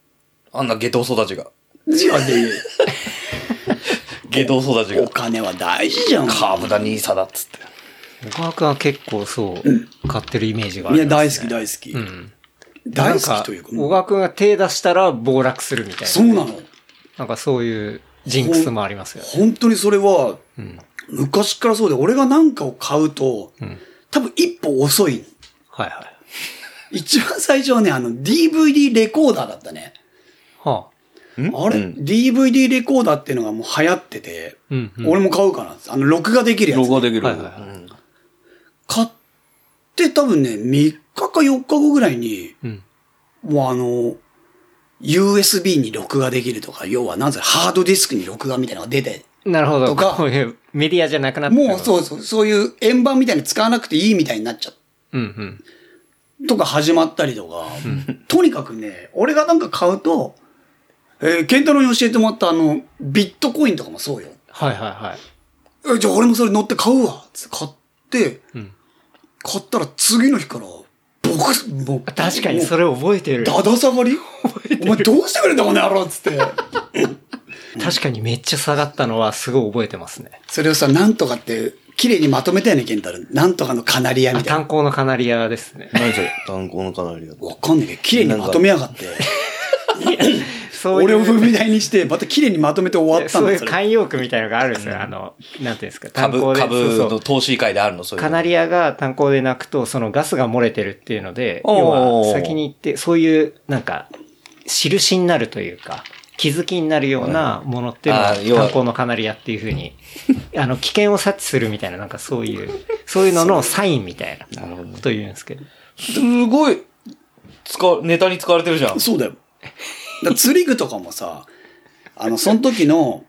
あんな下等育ちが。じゃあね、下等育ちおが。金は大事じゃん。株だ、ニーサだっつって。小川くんは結構そう、買ってるイメージがあいる。や、大好き、大好き。うん。大好きというか、なん小川くんが手出したら暴落するみたいそうな。なの。なんかそういうジンクスもありますよね。本当にそれは、ん昔からそうで、俺が何かを買うと、ん多分一歩遅いの。はいはい。一番最初はね、あの、DVD レコーダーだったね。はあ。あれ、うん ?DVD レコーダーっていうのがもう流行ってて、うん、うん。俺も買うかな。あの、録画できるやつ。録画できる。はいはいはうん買って多分ね、3日か4日後ぐらいに、うん。もうあの、USB に録画できるとか、要はなんせハードディスクに録画みたいなのが出て、なるほど。とかこういうメディアじゃなくなってもうう。そうそう、そういう円盤みたいに使わなくていいみたいになっちゃう。うんうん。とか始まったりとか、とにかくね、俺がなんか買うと、えー、ケンタロウに教えてもらったあの、ビットコインとかもそうよ。はいはいはい。え、じゃあ俺もそれ乗って買うわつって買って、ん買ったら次の日から、ボクス、もう、確かにもうそれ覚えてる。だだ下がりお前どうしてくれんだこの野郎っつって。確かにめっちゃ下がったのはすごい覚えてますね。それをさ、なんとかって、綺麗にまとめたよね、ケンタル。なんとかのカナリアみたい炭鉱のカナリアですね。何それ炭鉱のカナリア。な。わかんないけど、綺麗にまとめやがって。そういう俺を踏み台にして、また綺麗にまとめて終わったんそうだいうよ。慣用句みたいのがあるんですよ。あの、なんていうんですか、炭鉱株、で。株そうそのう投資会であるの、そういうの。カナリアが炭鉱で泣くと、そのガスが漏れてるっていうので、おー要は先に行って、そういう、なんか、印になるというか、気づきになるようなものっていうのあー要はは炭鉱のカナリアっていうふう *laughs* に、あの、危険を察知するみたいな、なんかそういう、そういうののサインみたいなことを言うんですけど。すごい、使わ、ネタに使われてるじゃん。そうだよ。だから釣り具とかもさ、あの、その時の、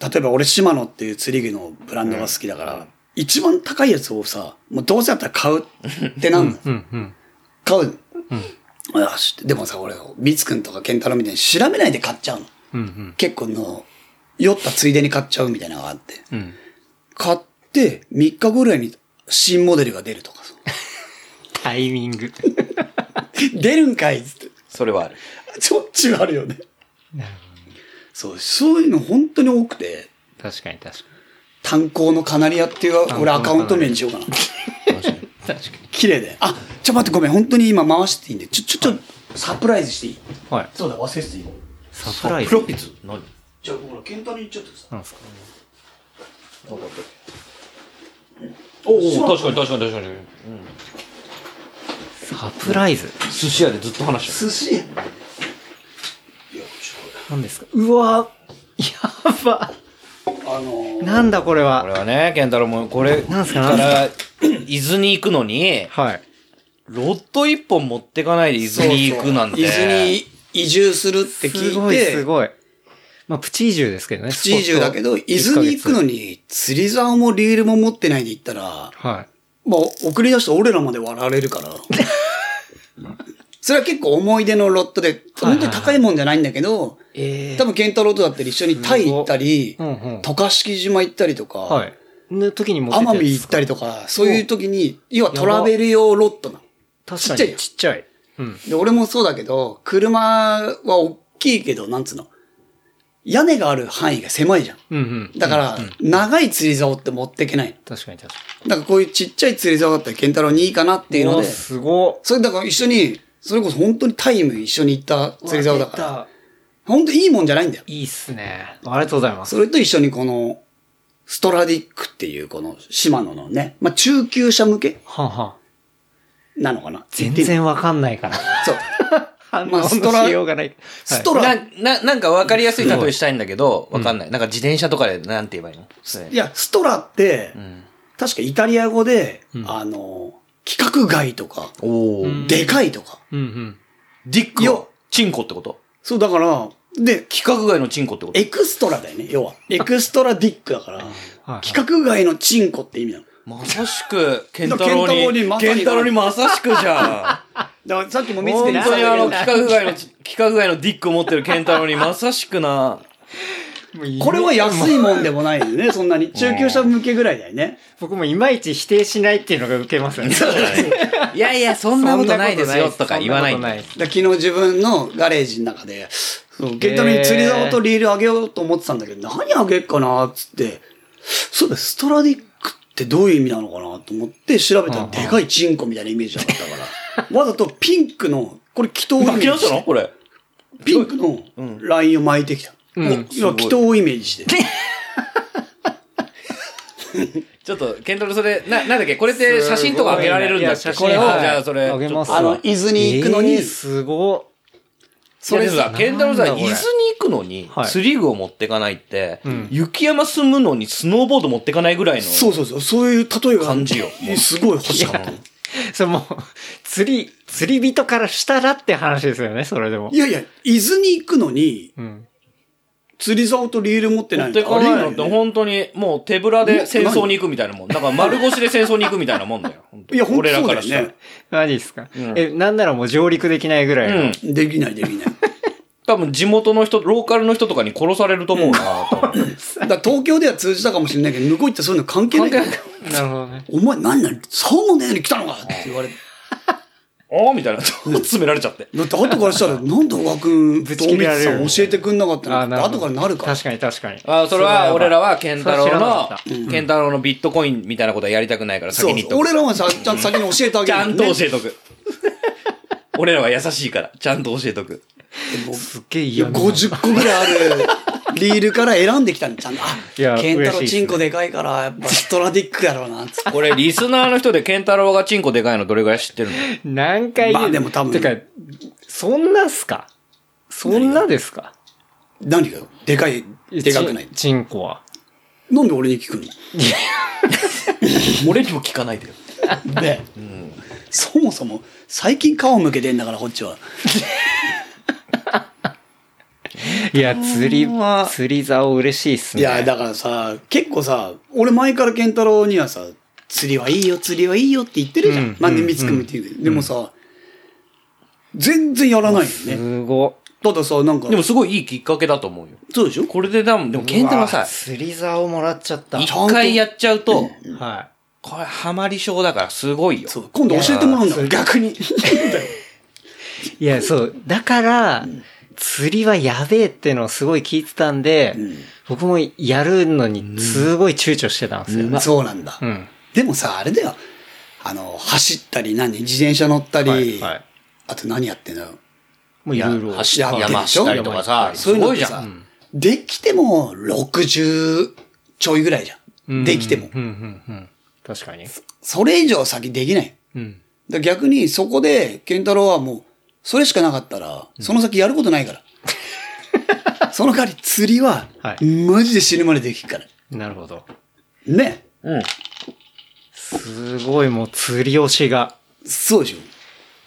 例えば俺、シマノっていう釣り具のブランドが好きだから、一番高いやつをさ、もうどうせだったら買うってなんのうんうん。買う。よしでもさ、俺、ビツ君とかケンタロウみたいに調べないで買っちゃうの。うんうん。結構の、酔ったついでに買っちゃうみたいなのがあって。うん。買って、3日後ぐらいに新モデルが出るとか *laughs* さ。タイミング。出るんかいっつって。それはある。 *laughs* しょっちゅうあるよね。そう、そういうの本当に多くて、確かに確か炭鉱のカナリアっていう、俺アカウント名にしようかな。に。確か *laughs* 綺麗で。あ、ちょ、待ってごめん。本当に今回していいんで。ちょ、ちょ、ちょ、サプライズしていいに。はい。そうだ、忘れてていいサプライズプ。ロピズ何じゃあ、ほら、ケンタに言っちゃってさ。なんですかおお、確かに確かに確かに。サプライズ寿司屋でずっと話して寿司屋なんですかうわやばあのー、なんだこれこれは。はね、ケンタロウも、これ、なんすかだから、伊豆に行くのに、はい。ロット一本持ってかないで伊豆に行くなんて。伊豆に移住するって聞いて、すごいすごい。まあ、プチ移住ですけどね。プチ移住だけど、伊豆に行くのに、釣り竿もリールも持ってないで行ったら、はまあ、送り出した俺らまで笑われるから。 *laughs* それは結構思い出のロットで、本当に高いもんじゃないんだけど、い。ええ多分ケンタロウとだったり一緒にタイ行ったり、うんうん。渡嘉敷島行ったりとか、はい。の時に持って奄美行ったりとか、そういう時に、要はトラベル用ロットなの。かちちっちっゃちゃいい。ちっちゃい。うん。で、俺もそうだけど、車は大きいけど、なんつうの。屋根がある範囲が狭いじゃん。うんうん。だから、長い釣り竿って持ってけない確かに確かの。だからこういうちっちゃい釣り竿だったら、ケンタロウにいいかなってに。いうのわで、すごそれだから一緒に、それこそ本当にタイム一緒に行ったっ釣り竿だから、ら。本当にいいもんじゃないんだよ。いいっすね。ありがとうございます。それと一緒にこの、ストラディックっていうこの島野のね、まあ中級者向けはんはん。なのかな全。然わかんない *laughs* から。そう。反まあ応のストラしようがない。ストラ、、ないな、なんか分かりやすい例えしたいんだけど、分かんない。なんか自転車とかでなんて言えばいいのそれや、ストラって、うん。確かイタリア語で、うんあの、規格外とか、おうんでかいとか。うんうん。ディックよよ。チンコってことそう、だから、で、規格外のチンコってことエクストラだよね、要は。エクストラディックだから、はいはい規格外のチンコって意味なの。まさしく、ケンタロケウンタロウににま。さにケンタロウにまさしくじゃん。だからさっきも見つ本け当にあの、て *laughs* 規格外の、規格外のディックを持ってるケンタロウにまさしく *laughs* な。これは安い。いもんでもないよ *laughs* ね、そんなに。中級者向けぐらいだよね。僕もいまいち否定しないっていうのが受けます *laughs* よね。いやいや、そんなことないですよ、とか言わないんだ。い。だから昨日自分のガレージの中で、そう、ケンタロウに釣り竿とリールあげようと思ってたんだけど、何あげっかなっつって、そうだ、ストラディックってどういう意味なのかなと思って調べたら、でかいチンコみたいなイメージだったから、わざとピンクの、これ祈祷をイメー巻ジ *laughs* き直ししたのこれ。ピンクのラインを巻いてきた。うんもう要は祈祷をイメージして。ちょっと、ケンタロウそれ、な、なんだっけこれって写真とかあげられるんだっすけごいねこれを、じはいゃあそれ。あげますちょっあの、伊豆に行くのに、えーすごとそれいやでさも、ケンタロウさ、伊なんだ豆にこれ行くのには、い釣り具を持ってかないってん、雪山住むのにスノーボード持ってかないぐらい *laughs* の。そうそうそう、そういう例えが。感じよすごい欲しかった。い。それもう、釣り、釣り人からしたらって話ですよね、それでもい。やいや、伊豆に行くのに、うん。釣り竿とリール持ってな持いってかないのってありえないよね本当に、もう手ぶらで戦争に行くみたいなもん。だから丸腰で戦争に行くみたいなもんだよ。 *laughs* いや、本当俺らそうかだらよしたらね。。マジですか、んえ、なんならもう上陸できないぐらいの。うん。できない、できない。多分地元の人、ローカルの人とかに殺されると思うな多 *laughs* だか分ら東京では通じたかもしれないけど、向こう行ってそういうの関係ない *laughs* から。なるほ *laughs* どね。お前何なんサーモンのように来たのかって言われて。おーみたいな。詰められちゃって。 *laughs* だって後からしたら、なんで小川君とおみつさん教えてくんなかったのって後からなるから。確かに確かに。あそれは俺らはケンタロウそれ知らなのかっ、ケンタロウのビットコインみたいなことはやりたくないからそ先うに言っ。とく。俺らはさ、ちゃんと先に教えてあ *laughs* ちげるゃよね、んと教えとく。俺らは優しいから、ちゃんと教えとく。すっげえいや、嫌な50個ぐらい *laughs* あるリールから選んできたんちゃんと。あ、いやケンタロ嬉しいウっすチねンコでかいから、やっぱストラディックやろうな、つって。これ、リスナーの人でケンタロウがチンコでかいのどれぐらい知ってるの何回言うまあでも多分てか、そんなっすかそんなですか何がよでかい、でかくないち。チンコは。なんで俺に聞くの俺にも聞かない *laughs* でよ。で、そもそも、最近顔向けてんだから、こっちは。いや、釣りは、釣り竿嬉しいっすいね。や、だからさ、結構さ、俺前からケンタロウにはさ、釣りはいいよ、釣りはいいよって言ってるじゃん。うんまあ、ね、うんみつくみって言うけどでもさ、全然やらないよね。すごたださ、なんかで、もすごいいいきっかけだと思うよ。そうでしょこれで多分、でも、い。ケンタロウうさわ、釣り竿もらっちゃった。一回やっちゃうと、はこれハマり症だからすごいよ。そう。今度教えてもらうんだもんいや逆に。い。いや、そう。だから、釣りはやべえってのをすごい聞いてたんで、僕もやるのにすごい躊躇してたんですよ *laughs* ね。そうなんだ。うん。でもさ、あれだよ。あの、走ったり、何、自転車乗ったり、はいはいあと何やってんだろう。もういろいろ。走やってる山でしょ走ったりとかさ、そすういうのごっいてじさ、ゃん。できても60ちょいぐらいじゃん。うんできてもう。んうんうん。確かに。それ以上先できない。だかうん。ら逆にそこで、健太郎はもう、それしかなかったら、その先やることない *laughs* から。その代わり釣りは、はいマジで死ぬまでできるから。なるほど。ね。うん。すごいもう釣り推しが。そうでしょ。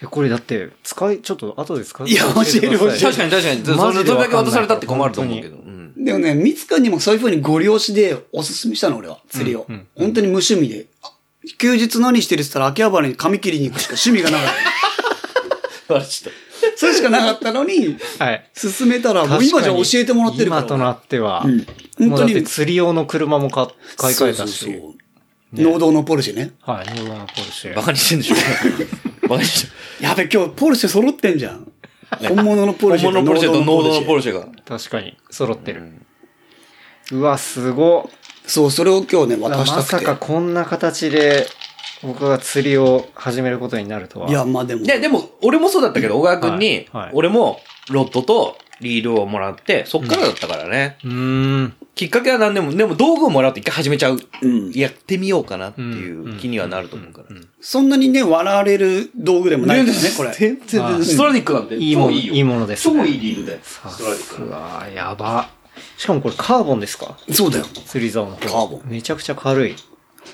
えこれだって、使い、ちょっと後で使ういや教える教える確かに確かに。そマれジでどれわだけかん渡ないされたって困ると思うけど。うんでもね、ミツ君にもそういう風にご利用しでおすすめしたの、俺は。釣りを。本当に無趣味で。あ休日何してるって言ったら秋葉原に髪切りに行くしか趣味がな *laughs* かっ。あちょったそれしかなかったのに、はい。進めたら、もう今じゃ教えてもらってるから。今となっては、うんもうだ本当っにて釣り用の車も買買い替えたし、そうそうそう農道のポルシェね。はい、ノーランポルシとバェ。カにしてんでしょバカにしてやべ、今日ポルシェ揃ってんじゃん。本物のポル本シェ物のポルシェと濃度のポルシェ。シェが。確かに、揃ってる。うわ、すごそう、それを今日ね、っ。ま渡したさくて。かこんな形で、僕が釣りを始めることになるとは。いや、まあでも。で、でも、俺もそうだったけど、小川くんにはいはい、俺もロッドとリールをもらって、そっからだったからね。うーん。きっかけは何でも、でも道具をもらうと一回始めちゃう。うんやってみようかなっていう気にはなると思うから。そんなにね、笑われる道具でもないからね、これ。全まあ然、ストラディックなんて。いいもの、超いよいものですね。超いいリールだよ。さすが、やば。しかもこれカーボンですかそうだよ。釣り竿の方。カーボンめちゃくちゃ軽い。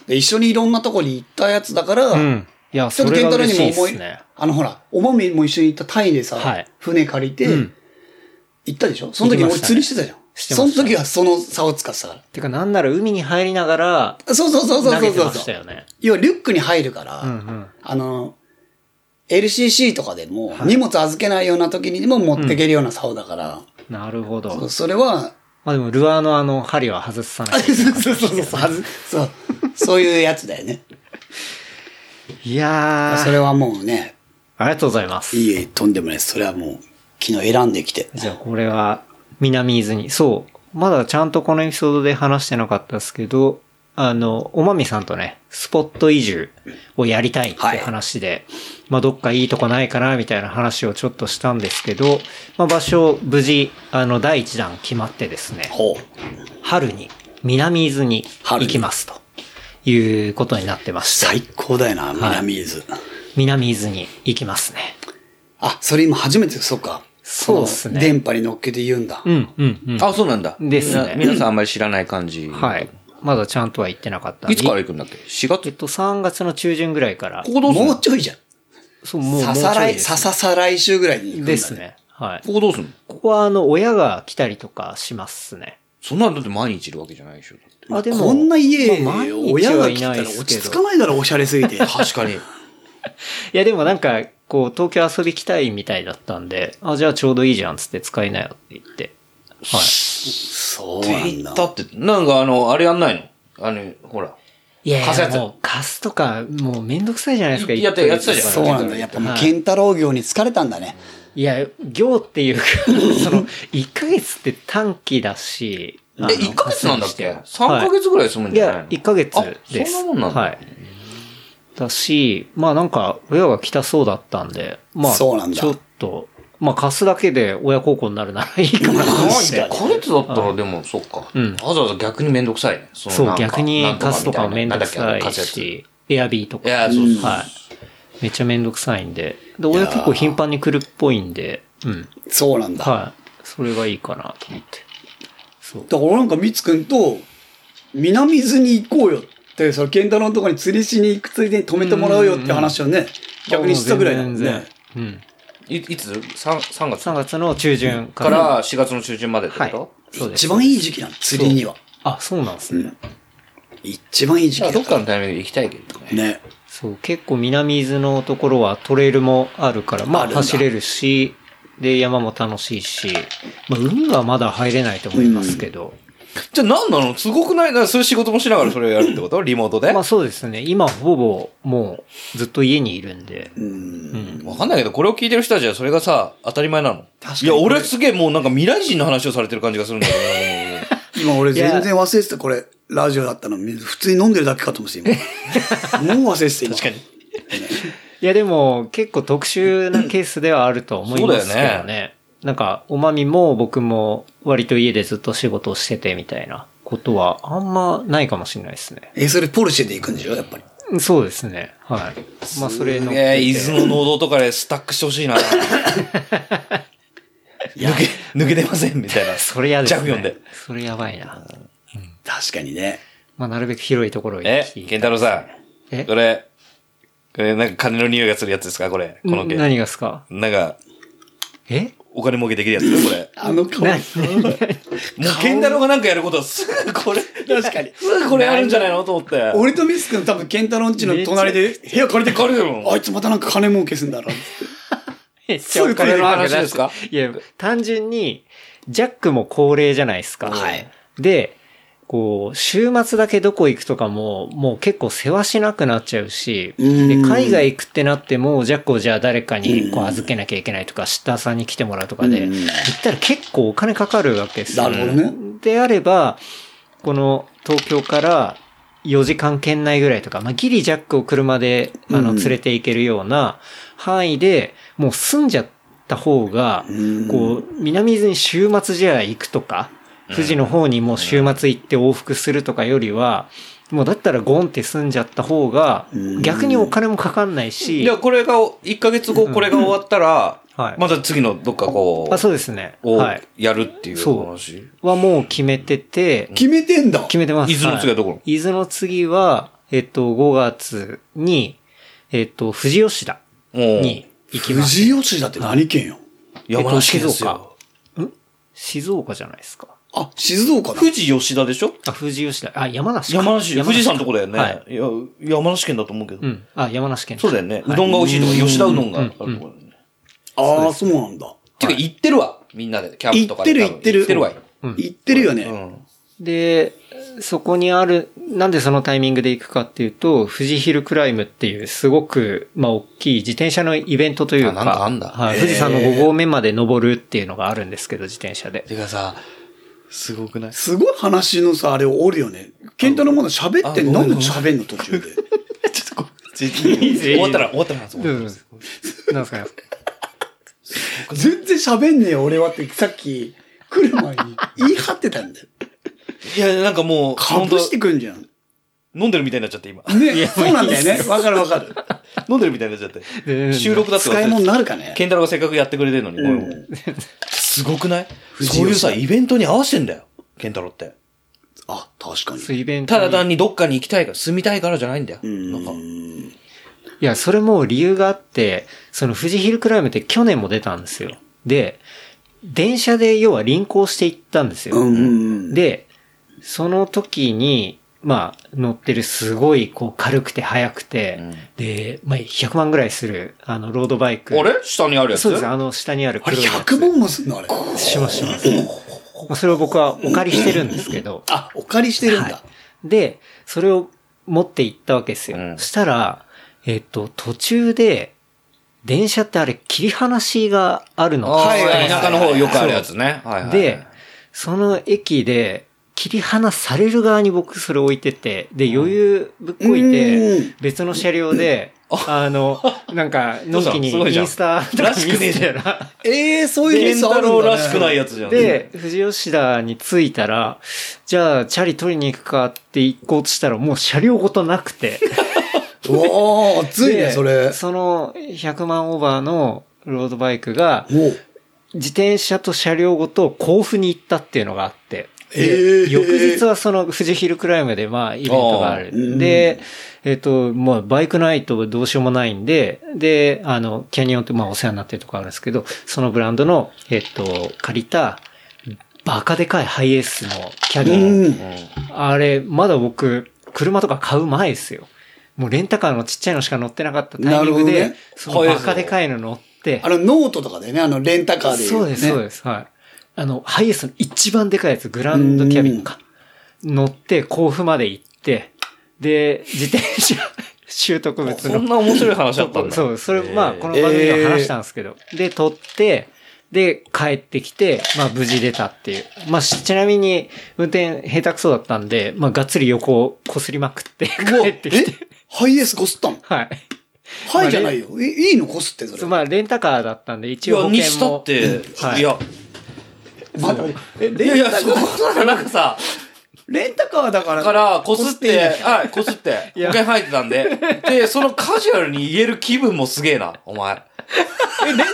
で一緒にいろんなとこに行ったやつだから、うん。いや、ちょそっとれ健が太郎嬉にしいも思でい、すね。あのほら、おまみも一緒に行ったタイでさ、はい船借りて、うん行ったでしょその時行き俺ましたね釣りしてたじゃん。してまそのした時はその竿を使ってたかてか、なんなら海に入りながら、ら。そうそうそうそう投そげうてそまうしたよね。要はリュックに入るから、うんうん。あの、LCC とかでも、荷物預けないような時にも持っていけるような竿だから、なるほそうど。それは、まあでも、ルアーのあの、針は外さなあい *laughs* そうそうそうそう、はずそう、そういうやつだよね。いやそー、れはもうね、ありがとうございます。いいえ、とんでもないです。それはもう、昨日選んできて。じゃあ、これは、南伊豆に、そう、まだちゃんとこのエピソードで話してなかったですけど、あの、おまみさんとね、スポット移住をやりたいって話で、まあ、どっかいいとこないかな、みたいな話をちょっとしたんですけど、まあ、場所、無事、あの、第一弾決まってですね、ほう。春に、南伊豆に行きますと。いうことになってまして、最高だよな、南伊豆。南伊豆に行きますね。あ、それ今初めて、そうか。そうっすこねの電波に乗っけて言うんだ。うん、うん、うん。あ、そうなんだ。ですねみな皆さんあんまり知らない感じ。はい。まだちゃんとは言ってなかったんで。いつから行くんだっけ ?4 月えっと、3月の中旬ぐらいから。行動するものうちょいじゃん。そう、もう、もさうちさょ来い、ですさささ来週ぐらいに行くんだ、ね。です。ね。はい。行動するのここは、あの、親が来たりとかしますね。そんなんだって毎日いるわけじゃないでしょ。あ、でも、こんな家、まあ毎日はい親が来たないらです落けちど着かないだろ、おしゃれすぎ *laughs* て。確かに。いや、でもなんか、こう、東京遊び来たいみたいだったんで、あ、じゃあちょうどいいじゃん、つって使いなよって言って。はい。そうなんだ。 *laughs* だって、なんかあの、あれやんないのあの、ほら。いや貸すやいつや、もう、貸すとか、もうめんどくさいじゃないですか。やってやってたじゃんそうなんだ。やっぱもう、ケンタロウ業に疲れたんだね。いや、行っていうか、その、1ヶ月って短期だし、あのえ、1ヶ月なんだっけ ?3 ヶはい月ぐらい住むんいじゃないやの、 1ヶ月であす。そんなもんなんだ。はい。だし、まあなんか、親が来たそうだったんで、まあ、そうなんだちょっと、まあ貸すだけで親孝行になるならいいかな。確1かヶ月だったらでも、そっか。うんわざわざ逆にめんどくさいね。そのそな、うんか逆に貸すとかもめんどくなさんとかみたななんだっけあの貸いすやし、エアビーとついか。や、そうそう。はい。めちゃめんどくさいんで。で、親結構頻繁に来るっぽいんで、うん。そうなんだ。はい。それがいいかなと思って。だから俺なんか、みつくんと、南伊豆に行こうよって、そのケンタロウのとこに釣りしに行くついでに止めてもらうよって話をね、逆にしたぐらいだもん全ね。然。うん。いいつ ?3、3月3月の中旬か。からら4月の中旬までってこはいと、。そうです一番いい時期なの、釣りには。あ、そうなんですね。一番いい時じゃあ期どだっかかのタイミングで行きたいけどね。ら。ね。そう、結構南伊豆のところはトレイルもあるから、まああるんだ走れるし、で、山も楽しいし、まあ海はまだ入れないと思いますけど、じゃあ何なのすごくないだからそういう仕事もしながらそれをやるってことリモートで、まあそうですね、今ほぼもうずっと家にいるんで、うん。わかんないけど、これを聞いてる人たちはそれがさ、当たり前なの。確かいにや、俺すげえもうなんか未来人の話をされてる感じがするんだけどなんかも今俺全然忘れてた、これ、ラジオだったの。普通に飲んでるだけかと思って今。もう忘れてた、今。確かに。いやでも結構特殊なケースではあると思いますけどそうだね。よなんか、おまみも僕も割と家でずっと仕事をしててみたいなことはあんまないかもしれないですね。え、それポルシェで行くんでしょやっぱり。そうですね。はい。まあそれうの。ねえ、伊豆の農道とかでスタックしてほしいな。抜け、抜けてませんみたいな。それやですね。ジャフ読んで。それやばいな。確かにね。まあなるべく広いところにえ、健太郎さん。えこれ、これなんか金の匂いがするやつですかこれ。このん毛。何がですかなんか、えお金儲けできるやつねこれ。あの顔。何もう、ケンタロウがなんかやることはすぐこれ、確かに。す *laughs* ぐこれやるんじゃないのと思って。俺とミス君多分、ケンタロンチの隣で部屋借りて借りてるのあいつまたなんか金儲けすんだろ。めっそういう金の話ですかいや、単純に、ジャックも高齢じゃないですか。はいで、こう、週末だけどこ行くとかも、もう結構世話しなくなっちゃうし、うんで海外行くってなっても、ジャックをじゃあ誰かにこう預けなきゃいけないとか、シッターさんに来てもらうとかで、うん言ったら結構お金かかるわけですなよ。るほどね。であれば、この東京から4時間圏内ぐらいとか、まあ、ギリジャックを車で、あの、うん連れて行けるような範囲で、もう住んじゃった方が、うんこう、南伊豆に週末じゃあ行くとか、富士の方にもう週末行って往復するとかよりは、もうだったらゴンって住んじゃった方がう、ん逆にお金もかかんないしじゃ、あこれが、1ヶ月後これが終わったら、はいまた次のどっかこあ、う、そうですね。をはい。やるっていうそう話。はもう決めてて、決めてんだ。決めてます。伊豆の次はどこい伊豆の次は、えっと、5月に、えっと、富士吉田もう、に行き富ます。士吉田って何県よ山梨県ですえっとよ。静岡じゃないですか。あ、静岡だ。富士吉田でしょあ、富士吉田。あ、山梨か。山梨、富士山のとかこだよね。はいいや、山梨県だと思うけどう。ん。あ、山梨県。そうだよね。うどんが美味しいとこ、吉田うどんがあるとこだよね。ああ、そうなんだ。てか、行ってるわ。みんなで、キャンプ行とっかてで。る多行分ってる。行ってるわよ。行ってるようね。ん。で、そこにある、なんでそのタイミングで行くかっていうと、富士ヒルクライムっていうすごく、まあ、大きい自転車のイベントというか、あなんだあんだはい、富士山の5合目まで登るっていうのがあるんですけど、自転車で。てかさ、すごくないすごい話のさ、あれおるよね。ケンタロウまだ喋ってんのなあんで喋んの途中で。ちょっとこう、 *laughs* 終わったら、終わったら、終うわっん。なんですかね。全然喋んねえよ、俺はって、さっき、来る前に言い張ってたんだよ。たらいや、なんかもう、か本ぶ当してくんじゃん。飲んでるみたいになっちゃって、今。ね、そうなんだよね。わかるわかる。 *laughs* 飲んでるみたいになっちゃって。収録だって忘使れいて物にたなるかね。ケンタロウがせっかくやってくれてるのに、うんもうすごくない士そういうさ、イベントに合わせてんだよ。ケンタロウって。あ、確かに。そうイベントたにだ単にどっかに行きたいから、住みたいからじゃないんだよ。うんなんか、いや、それも理由があって、その富士ヒルクライムって去年も出たんですよ。で、電車で要は輪行していったんですよ。うんうん。で、その時に、まあ、乗ってるすごい、こう、軽くて速くて、うんで、まあ、100万ぐらいする、あの、ロードバイあク。れ下にあるやつそうです、あの、下にあるあれ黒いやつ。 100本もすんのあれ。します、します。まあそれを僕はお借りしてるんですけど、あ、お借りしてるんだ。で、それを持って行ったわけですよ。うんしたら、えっと、途中で、電車ってあれ、切り離しがあるの。はいはいはい田舎の方よくあるやつね。はいはいはいで、、その駅で、切り離される側に僕それ置いてて、で、余裕ぶっこいて、うん別の車両で、あの、な *laughs* んか、のんきにすごいじイゃんンスタとからしくねえじゃん見てたらええ、そういうケミンスあタるんだ、ね。ロウらしくないやつじゃん。で、富士吉田に着いたら、じゃあ、チャリ取りに行くかって行こうとしたら、もう車両ごとなくて。おー、熱いね、でそれ。その100万オーバーのロードバイクが、もう。自転車と車両ごと甲府に行ったっていうのがあって。えでー翌日はその富士ヒルクライムでまあイベントがああーうる。んで、えっ、と、まあバイクないとどうしようもないんで、で、あの、キャニオンってまあお世話になってるとこあるんですけど、そのブランドの、えっ、と、借りたバカでかいハイエースのキャニオン。うん。うんあれ、まだ僕、車とか買う前ですよ。もうレンタカーのちっちゃいのしか乗ってなかったタイミングなるで、ほどねそのバカでかいの乗ってあ、の、ノートとかだよね、あの、レンタカーで、ね。そうです、そうです。はい。あの、ハイエースの一番でかいやつ、グランドキャビンか。乗って、甲府まで行って、で、自転車 *laughs* 習得物そんの。な面白い話だったんだ。そう、それ、まあ、えーこの番組では話したんですけど。で、撮って、で、帰ってきて、まあ、無事出たっていう。まあ、しちなみに、運転下手くそだったんで、まあ、がっつり横を擦りまくって、うわ帰ってきて。えハイエースこすったのはい。はいじゃないよ。え、いいのこすって、それ。まあ、レンタカーだったんで、い一応や、保に険したも。って、はいいや、まだ、え、いやいレンや、タそカうー、なんかさ、レンタカーだから。だから、こすっいいて、のはい、こすって、保や険入ってたんで、で、そのカジュアルに言える気分もすげえな、お前。え、レ *laughs* ンタカ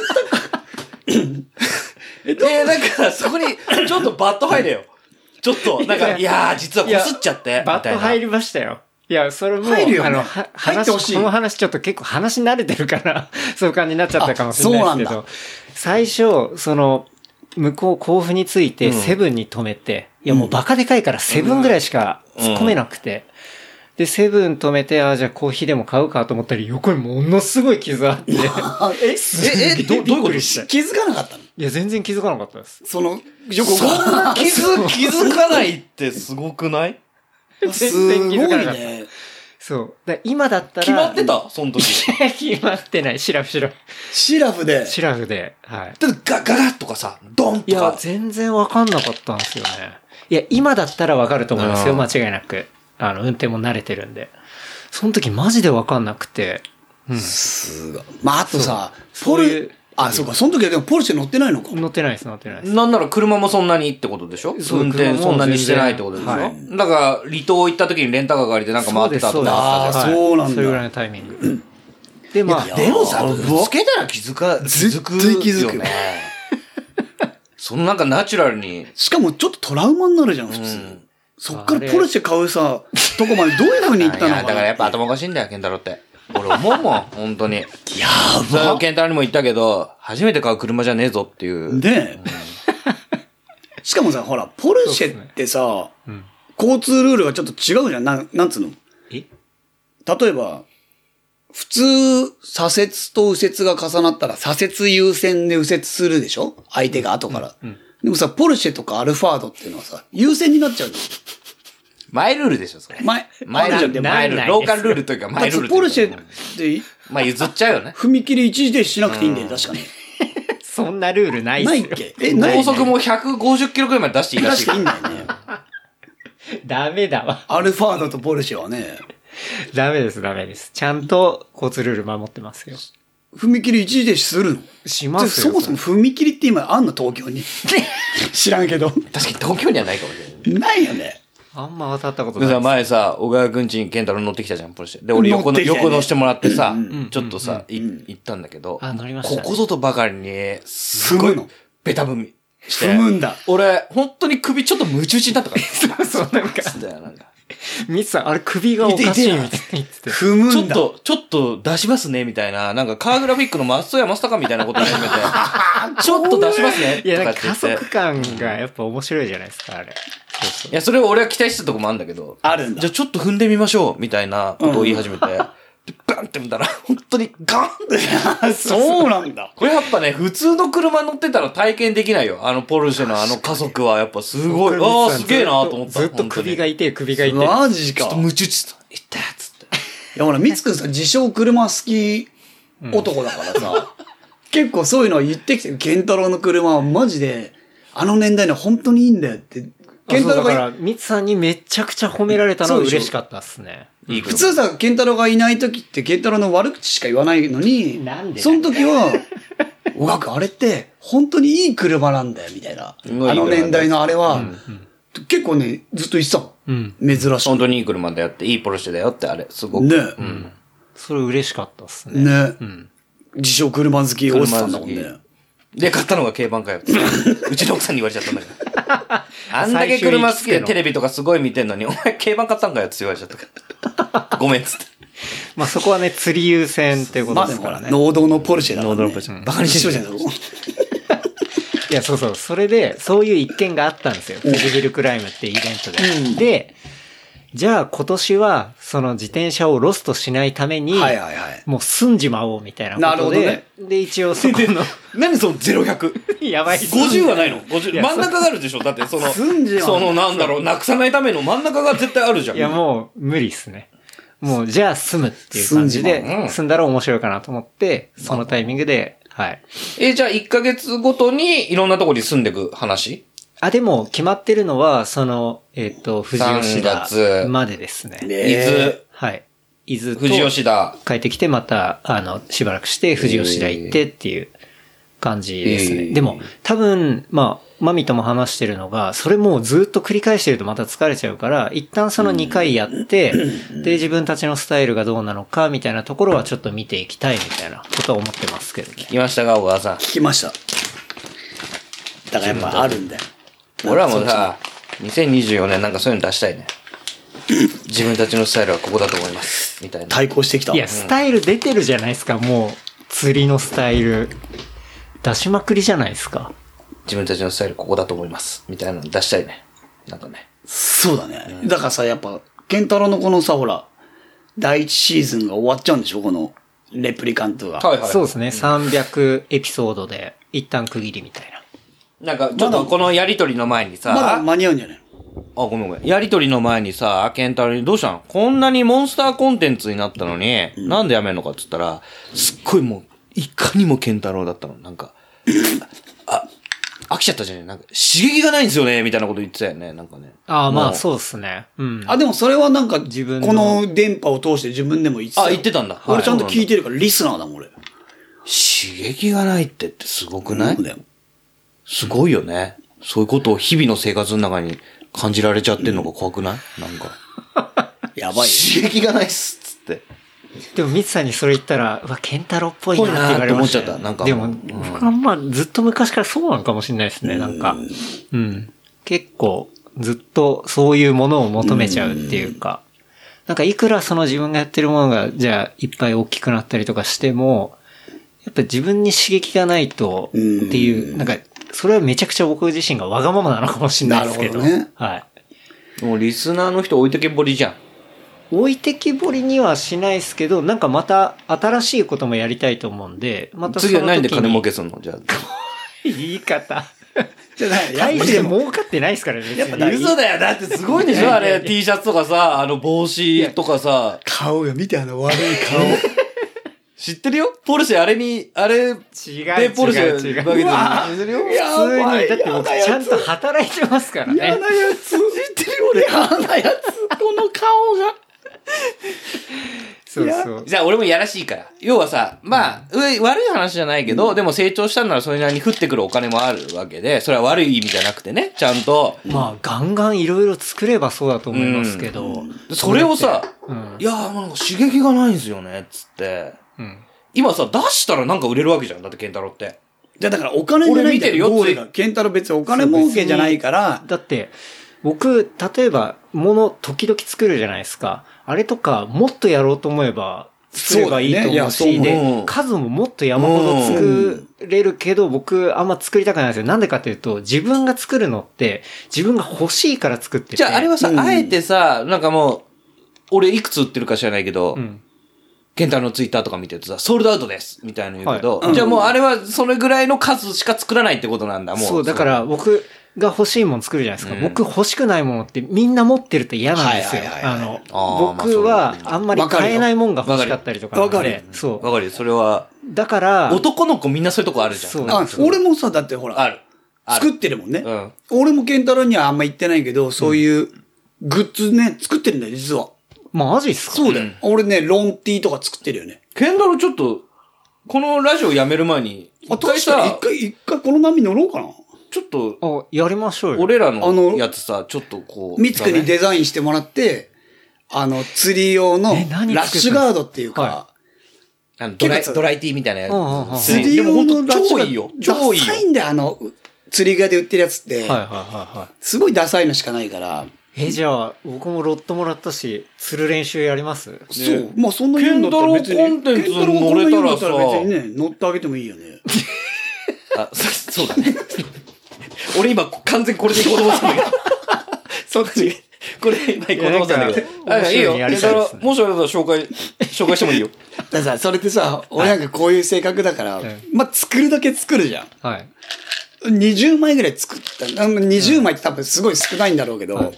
ーえ、なんか、そこに、ちょっとバット入れよ。ちょっと、なんか、いやー、実はこすっちゃって、みたバいな。ット入りましたよ。いや、それも、入るよねあの、は入ってほしい話、この話ちょっと結構話慣れてるから、 *laughs* そういう感じになっちゃったかもしれないですけあそうど、最初、その、向こう甲府についうてんセブンに止めて、いやもうバカでかいからセブンぐらいしか突っ込めなくて、で、セブン止めて、ああ、じゃあコーヒーでも買うかと思ったら横にものすごい傷あって、いあえ、え、え、ど、どういうこと気づかなかったのや、全然気づかなかったです。その、よくそわかんんなない気づ、 *laughs* 気づかないってすごくないすご全然気いづかなかったね。そう。だから今だったら、決まって *laughs* たその時。た決まってない。シラフシラフ。シラフで。シラフで、はい。だってガガガッとかさ、ドンといや、か。全然わかんなかったんですよね。いや、今だったらわかると思いますよ、うん間違いなく。あの、運転も慣れてるんで。その時マジでわかんなくて。すごいまあ、あとさ、そうポそういうル、あ、そうか、その時はでもポルシェ乗ってないのか。乗ってないです、乗ってないです。なんなら車もそんなにってことでしょそう運転車もそんなにしてないってことでしょ、全然だから、離島行った時にレンタカー借りてなんか回ってたそとうですか。あーはいそうなんだそれぐらいのタイミング。 *clears throat* で、まいあや、でもさぶつけたら気づか、気づくよ、ね。絶対気づくよそのなんかナチュラルに。しかもちょっとトラウマになるじゃん、普う通ん。。そっからポルシェ買うさ、とこまでどういう風に行ったいのやかだからやっぱ頭おかしいんだよ、ケンタロウって。俺思うもん、本当に。やば。ケンタロウにも言ったけど、初めて買う車じゃねえぞっていう。ねえ。しかもさ、ほら、ポルシェってさ、うん交通ルールがちょっと違うじゃん。なん、なんつうのえ例えば、普通、左折と右折が重なったら左折優先で右折するでしょ相手が後から。でもさ、ポルシェとかアルファードっていうのはさ、優先になっちゃうじマイルールでしょ、それゃん。。前、マイルあーるじルで、ゃん。マイルール。ローカルルールというか、マイルーだっルてというポか。ルシェって、まあ譲っちゃうよね。踏切一時停止しなくていいんだよ、確かに。そんなルールないっすないよっ。けえ、ない高速も150キロくらいまで出していい出らしいしかていらいん。だよね。 *laughs* ダメだわ。アルファードとポルシェはね、ダメです、ダメです。ちゃんと交通ルール守ってますよ。踏切一時停止するのしますそよ。もそも踏切って今あんの東京に。知らんけど。確かに東京にはないかもしれない。ないよね。あんま当たったことでないさ、です。前さ、小川くんちに健太郎乗ってきたじゃん、ポルシェ。で、俺横の、乗ってきたね横乗してもらってさ、んちょっとさ、い行ったんだけど、あ乗りましたこねこぞとばかりに、すご踏むいのベタ踏みして。踏むんだ俺、本当に首ちょっとムチ打ちになったか *laughs* ら。そう、なんか、だよ、なんか。ミツさん、あれ首がおかしいみたいに言ってて。踏むんだ。ちょっと、ちょっと出しますね、みたいな。なんか、カーグラフィックの松任谷正隆みたいなこと言い始め *laughs* て、ちょっと出しますね、いや、なんかとか加って言って速感がやっぱ面白いじゃないですか、あれ。そういや、それを俺は期待してたとこもあるんだけど。あるんだじゃあちょっと踏んでみましょう、みたいなことを言い始めて。で、バンって見たら、本当にガンって。あ *laughs* そうなんだ。これやっぱね、普通の車乗ってたら体験できないよ。あのポルシェのあの加速は、やっぱすごい。あそうあー、すげえなと思った。ずっと首がい痛い、首が痛い。マジちょかっと。夢中ちょっと、いったやつって。いや、ほら、みつくんさ、自称車好き男だからさ、 *laughs* 結構そういうの言ってきてる。ケンタロウの車はマジで、あの年代の本当にいいんだよって。ケンそうタロだウかが、ら、ミツさんにめちゃくちゃ褒められたのは嬉しかったっすね。いい普通さ、ケンタロウがいない時って、ケンタロウの悪口しか言わないのに、なんでその時は、おがくあれって、本当にいい車なんだよ、みたいな。うんいい車あの年代のあれは、結構ね、ずっと言ってたもうん。ん。珍し本い。当にいい車だよって、いいポルシェだよって、あれ、すごく。ねうん。それ嬉しかったっすね。ね。うん。自称車好きおじさんだもんね。車好で、買ったのが軽バンかよって。うちの奥さんに言われちゃったんだから。あんだけ車好きでテレビとかすごい見てんのに、お前軽バン買ったんかよって言われちゃったから。ごめんっつって。まあそこはね、釣り優先っていうこまとあでですもかほらら、ね。能動のポルシェだから、ね。能動のポルシェバカにしてるじゃん、そこ。いや、そうそう。それで、そういう一件があったんですよ。ビルビルクライムってイベントで。で、じゃあ今年は、その自転車をロストしないために、はいはいはい。もう住んじまおうみたいなことで、なるで、一応そこの、何そのゼロ百。やばい。 50はないの ?50。や真ん中があるでしょだってその、住んじゃうそのなんだろう、なくさないための真ん中が絶対あるじゃん。いや、もう無理っすね。もう、じゃあ住むっていう感じ住でんじまううん、住んだら面白いかなと思って、そのタイミングで、はい。え、じゃあ1ヶ月ごとにいろんなとこに住んでく話あ、でも、決まってるのは、その、えっ、と、富士吉田3月までですね。伊豆、はい。伊豆と富士吉田。帰ってきて、また、あの、しばらくして、富士吉田行ってっていう感じですね。えーでも、多分、まあ、マミとも話してるのが、それもうずっと繰り返してるとまた疲れちゃうから、一旦その2回 *clears throat* やって、で、自分たちのスタイルがどうなのか、みたいなところはちょっと見ていきたいみたいなことは思ってますけどね。来ましたか、小川さん。聞きました。だからやっぱあるんだよ。俺はもうさ、2024年なんかそういうの出したいね。自分たちのスタイルはここだと思います。みたいな。対抗してきた。いや、スタイル出てるじゃないですか、もう、釣りのスタイル。出しまくりじゃないですか。自分たちのスタイルここだと思います。みたいなの出したいね。なんかね。そうだね。だからさ、やっぱ、ケンタロウのこのさ、ほら、第一シーズンが終わっちゃうんでしょこの、レプリカントが。はいはい。そうですね、300エピソードで、一旦区切りみたいな。なんか、ちょっとこのやりとりの前にさ、まだ間に合うんじゃないのあ、ごめんごめん。やりとりの前にさ、ケンタロウに、どうしたのこんなにモンスターコンテンツになったのに、なんでやめんのかって言ったら、すっごいもう、いかにもケンタロウだったの。なんか、あ、飽きちゃったじゃねなんか、刺激がないんですよねみたいなこと言ってたよね。なんかね。ああ、まもあそうですね。うん。あ、でもそれはなんか、自分のこの電波を通して自分でも言ってたよ。あ言ってたんだはい俺ちゃんと聞いてるから、リスナーだもん、俺。刺激がないってってすごくないそうだよすごいよね。そういうことを日々の生活の中に感じられちゃってんのが怖くないなんか。やばいよ。刺激がないっすっつって。でも、ミツさんにそれ言ったら、うわ、ケンタロウっぽいなって言われました、ね。ぽいなって思っちゃったなんかでも、うん僕はまあ、ずっと昔からそうなのかもしれないですね、なんか。うん。結構、ずっとそういうものを求めちゃうっていうか。なんか、いくらその自分がやってるものが、じゃあ、いっぱい大きくなったりとかしても、やっぱ自分に刺激がないと、っていう、なんか、それはめちゃくちゃ僕自身がわがままなのかもしれないですけど。なるほどねはい。もうリスナーの人置いてけぼりじゃん。置いてきぼりにはしないですけど、なんかまた新しいこともやりたいと思うんで、またその次時はに何で金儲けすんのじゃあ。言い方。じゃない、やっ大ぱしてでも、儲かってないですからね。別に嘘だよ。だってすごいでしょあれ、T シャツとかさ、あの帽子とかさ。顔が見てあの悪い顔。知ってるよポルシェ、あれに、あれ、で、違うポルシェ、違う違うバケツに知ってるよや普通に、ばいだって僕ちゃんと働いてますからね。やつ。知ってるよ、俺。嫌なやつ。この顔が。そうそう。じゃあ俺もやらしいから。要はさ、まあ、う悪い話じゃないけど、でも成長したんならそれなりに降ってくるお金もあるわけで、それは悪い意味じゃなくてね、ちゃんと。まあ、ガンガンいろいろ作ればそうだと思いますけど。それをさ、うん。いやーもうなんか刺激がないんですよね、つって。うん。今さ、出したらなんか売れるわけじゃん。だって、ケンタロウって。じゃあだからお金じゃ俺ない見んだてるよゴールがケンタロウ別にお金儲けじゃないから、だって、僕、例えば、もの時々作るじゃないですか。あれとか、もっとやろうと思えば、作ればいいとそうだねい思うやそうし、思うで、数ももっと山ほど作れるけど、僕、あんま作りたくないんですよ。なんでかっていうと、自分が作るのって、自分が欲しいから作ってて。じゃあ、あれはさ、うんあえてさ、なんかもう、俺いくつ売ってるか知らないけど、うん。ケンタロウのツイッターとか見てるとさ、ソールドアウトですみたいなの言うけど、はいうんじゃあもうあれはそれぐらいの数しか作らないってことなんだ、もう。そう、だから、僕が欲しいもの作るじゃないですか。うん僕欲しくないものってみんな持ってると嫌なんですよはいはい。はいあはいの、あーまあ僕はそうだねあんまり買えないもんが欲しかったりとかなんで。わかるよそわかるよ、それは。う。だから、男の子みんなそういうとこあるじゃん。そうなんかあ、俺もさ、だってほら、ある。ある作ってるもんね。うん俺もケンタロウにはあんま言ってないけど、そういうグッズね、作ってるんだよ、実は。マジっすかそうだよ。俺ね、ロンティーとか作ってるよね。ケンタロウちょっと、このラジオやめる前に、あ、一回確かにさ一、回、一回この波乗ろうかな。ちょっと、あ、やりましょうよ。俺らあののやつさ、ちょっとこう。ミツクにデザインしてもらって、あの、釣り用のえ何作ってんのラッシュガードっていうかは、あのドライ、結構ドライティーみたいなうんうんうやんつ。釣りでも用本の当ラッシュ超ガいいードよ。。超いいダよサい。んだよ、あの、釣り具屋で売ってるやつって。はいはいはいはい。すごいダサいのしかないから。え、じゃあ、僕もロットもらったし、釣る練習やりますそう。まあそんな言うんだったら別に。ケンタロウコンテンケツタロウこんな言うんだった乗れたらさ別にね、乗ってあげてもいいよね。あ、そそうだね。俺今完全にこれで行こうと思ってたんだけど。そっち。これ、今行こうと思ったんだけど。なんあかいいよ。面白いやりだたかいでらすねもしあれば紹介、 *laughs* 紹介してもいいよ。だからさ、それってさ、俺なんかこういう性格だから、んまあ、作るだけ作るじゃん。はい。 20枚ぐらい作った。あの20枚って多分すごい少ないんだろうけど、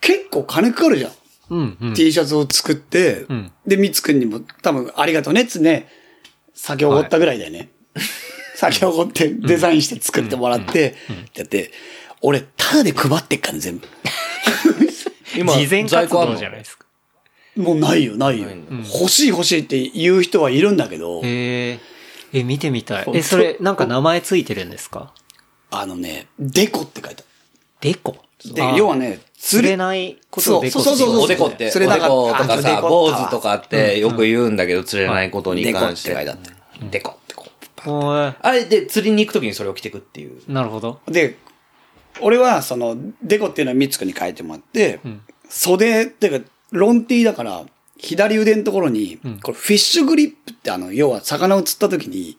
結構金かかるじゃん。うん、うん。 T シャツを作って、んで、みつくんにも多分ありがとうねっつね、酒おごったぐらいだ *laughs* よね。酒おごってデザインして作ってもらって、やって、俺、タダで配ってっからね全部。今、事前在活庫ある動のじゃないですか。もうないよ、ないよ。欲しい欲しいって言う人はいるんだけど、へえ。え、見てみたいそ。うえ、それ、なんか名前ついてるんですかあのね、デコって書いてデコある。で、要はね、釣釣れれ、ないことをデコって言そうそうそうおでこって、おそれでなかったことかあさ、そう坊デコ主とかってよく言うんだけど、釣れないことにデコっ関てして。書いてあった。でこってこう。おーあれで、釣りに行くときにそれを着てくっていう。なるほど。で、俺はその、デコっていうのはみつくんに書いてもらって、袖っていうか、ロンティーだから、左腕のところに、これフィッシュグリップってあの、要は魚を釣った時に、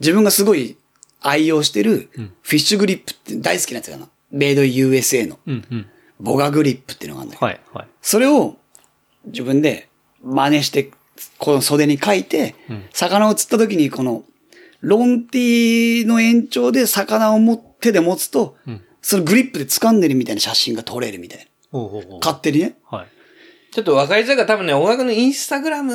自分がすごい愛用してる、フィッシュグリップって大好きなやつかな。メイド USA の、うん、うん。ボガグリップっていうのがあるんだけど、はい、はい。それを自分で真似して、この袖に書いて、魚を釣った時にこの、ロンティの延長で魚をも手で持つと、そのグリップで掴んでるみたいな写真が撮れるみたいおうおうおな。う勝手にね。はい。ちょっと分かりづらいから、多分ね、大学のインスタグラム、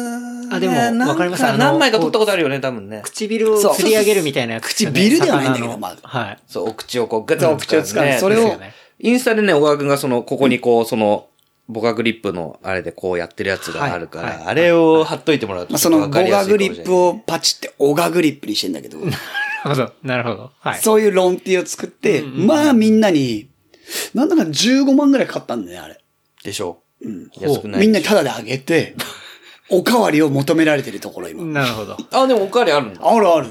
あでもなんわかりますあの何枚か撮ったことあるよね、多分ね。唇をそう釣り上げるみたいなやつですよね。唇ではないんだけど魚のまだはい。そう、お口をこう、ガッとお口を掴んでそれでをすよねインスタでね、小川くんがその、ここにこう、その、ボガグリップの、あれでこうやってるやつがあるから、はいはいあれを貼っといてもらうまとあ、そちょっとの分ボかりやガすいかグもしれリなッい。プをパチってオガグリップにしてんだけど、なるほど、なるほど。はい。そういうロンティを作って、まあみんなに、なんだか15万ぐらい買ったんだよね、あれ。でしょう。うん。う安くない。みんなにタダであげ *laughs* て、おかわりを求められてるところ今。なるほど。あ、でもおかわりあるんだ。あるある。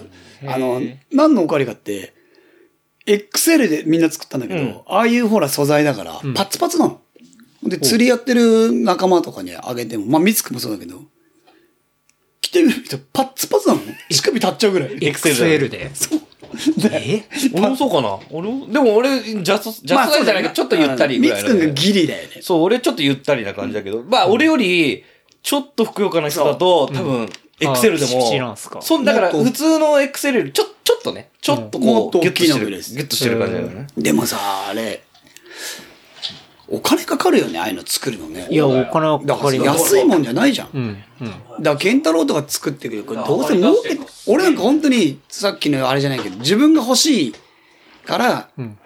あのへ、何のおかわりかって、XL でみんな作ったんだけど、うんああいうほら素材だから、パツパツなの。で、釣りやってる仲間とかにあげても、まあ、ミツクもそうだけど、着てみるとパツパツなのね乳首立っちゃうぐらい。 XL で。え俺もそうかな俺も、でも俺、ジャス、ジャスライじゃないけど、ちょっとゆったりぐらいミのツねクがギリだよね。そう、俺ちょっとゆったりな感じだけど、まあ、俺より、ちょっとふくよかな人だと、多分、エクセルであピチピチなんも、すかそう、だから、もっと普通のエクセルより、ちょ、ちょっとね、ちょっともこっう、と大ギュッときいしのてる。ぐギらいュですッとしてる感じだよね。でもさ、あれ、お金かかるよね、ああいうの作るのね。いや、お金はだかかからります。安いもんじゃないじゃん。うん、うん。だから、ケンタロウとか作ってくるけど、どうせ儲け、俺なんか本当に、さっきのあれじゃないけど、自分が欲しいから、ん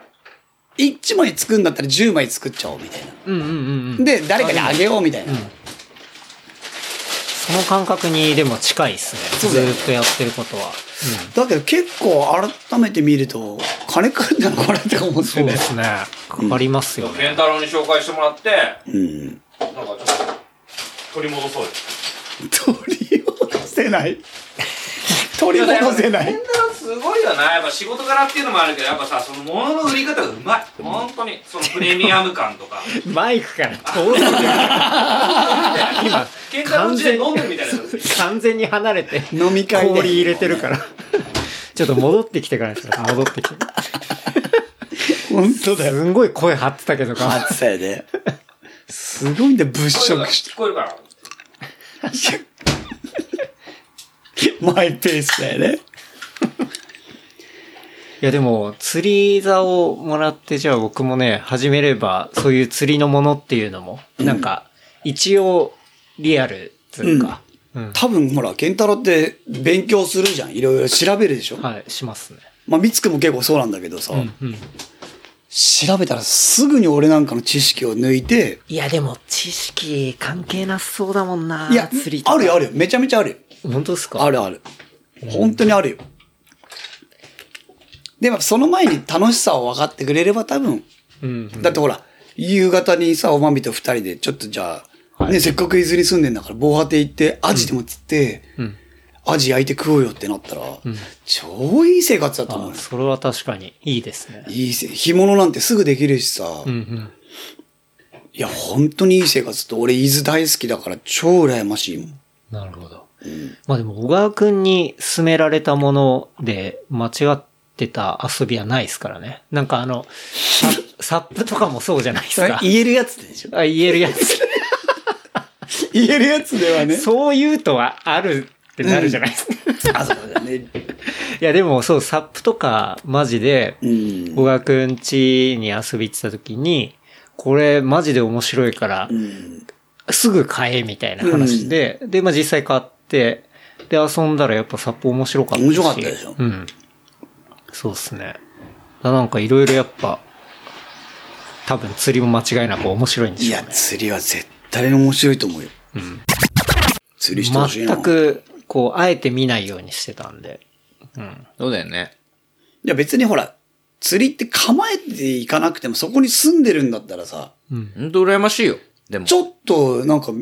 1枚作るんだったら10枚作っちゃおうみたいうんうんうんうんな。。で、誰かにあげようみたいな。その感覚にでも近いっすね。うずだよねーっとやってることは。だけど結構改めて見ると、金かかるんだな、これって思ってそうでね。すね。かかりますよね。ンタロウに紹介してもらって、うん。なんかちょっと、取り戻そうよ。取り戻せない。取り戻せ *laughs* ない。すごいよなやっぱ仕事柄っていうのもあるけどやっぱさその物の売り方がうまい本当にそのプレミアム感とかマイクから遠ざけ今、喧嘩の時代飲んでるみたいな完全に離れて、飲み会で氷入れてるから。ちょっと戻ってきてからです戻ってきて。本当だよ。すんごい声張ってたけど、頑張って暑さやで。すごいんだよ、物色して。聞こえるからマイペースだよね。いやでも、釣り竿をもらって、じゃあ僕もね、始めれば、そういう釣りのものっていうのも、なんか、一応、リアルというか、うん多分ほら、ケンタロウって勉強するじゃん。いろいろ調べるでしょ。はい、しますね。まあ、みつくも結構そうなんだけどさ、うん調べたらすぐに俺なんかの知識を抜いて、いやでも、知識関係なさそうだもんないや、あるよあるよ。めちゃめちゃあるよ。本当ですかあるある。本当にあるよ。でもその前に楽しさを分かってくれれば多分、うんうん。だってほら、夕方にさ、おまみと二人で、ちょっとじゃあ、はいね、せっかく伊豆に住んでんだから、防波堤行って、アジでも釣って、うんアジ焼いて食おうよってなったら、超いい生活だと思うあよ。それは確かに、いいですね。いいせ、干物なんてすぐできるしさ、うんういん。や、本当にいい生活と、俺伊豆大好きだから、超羨ましいもん。なるほど。まあでも、小川くんに勧められたもので、間違ってた遊びはないですからね。なんかあの、 *laughs* サップとかもそうじゃないです *laughs* か。言えるやつでしょあ言えるやつ。言えるやつではね。そういうとはあるってなるじゃないですか。あ、そうだね。いや、でもそう、サップとか、マジで、うん。小川くん家に遊び行ってた時に、これマジで面白いからう、ん。すぐ買えみたいな話で、で、まあ実際買って、で、遊んだらやっぱサップ面白かったし。面白かったでしょうん。そうっすね。だなんかいろいろやっぱ、多分釣りも間違いなく面白いんでいしょうや、ね。釣りは絶対面白いと思うよ。釣りしてほしいな。全。く、こう、あえて見ないようにしてたんで。うん。そうだよね。いや、別にほら、釣りって構えていかなくても、そこに住んでるんだったらさ、うん。ほんと羨ましいよ。でも。ちょっと、なんか、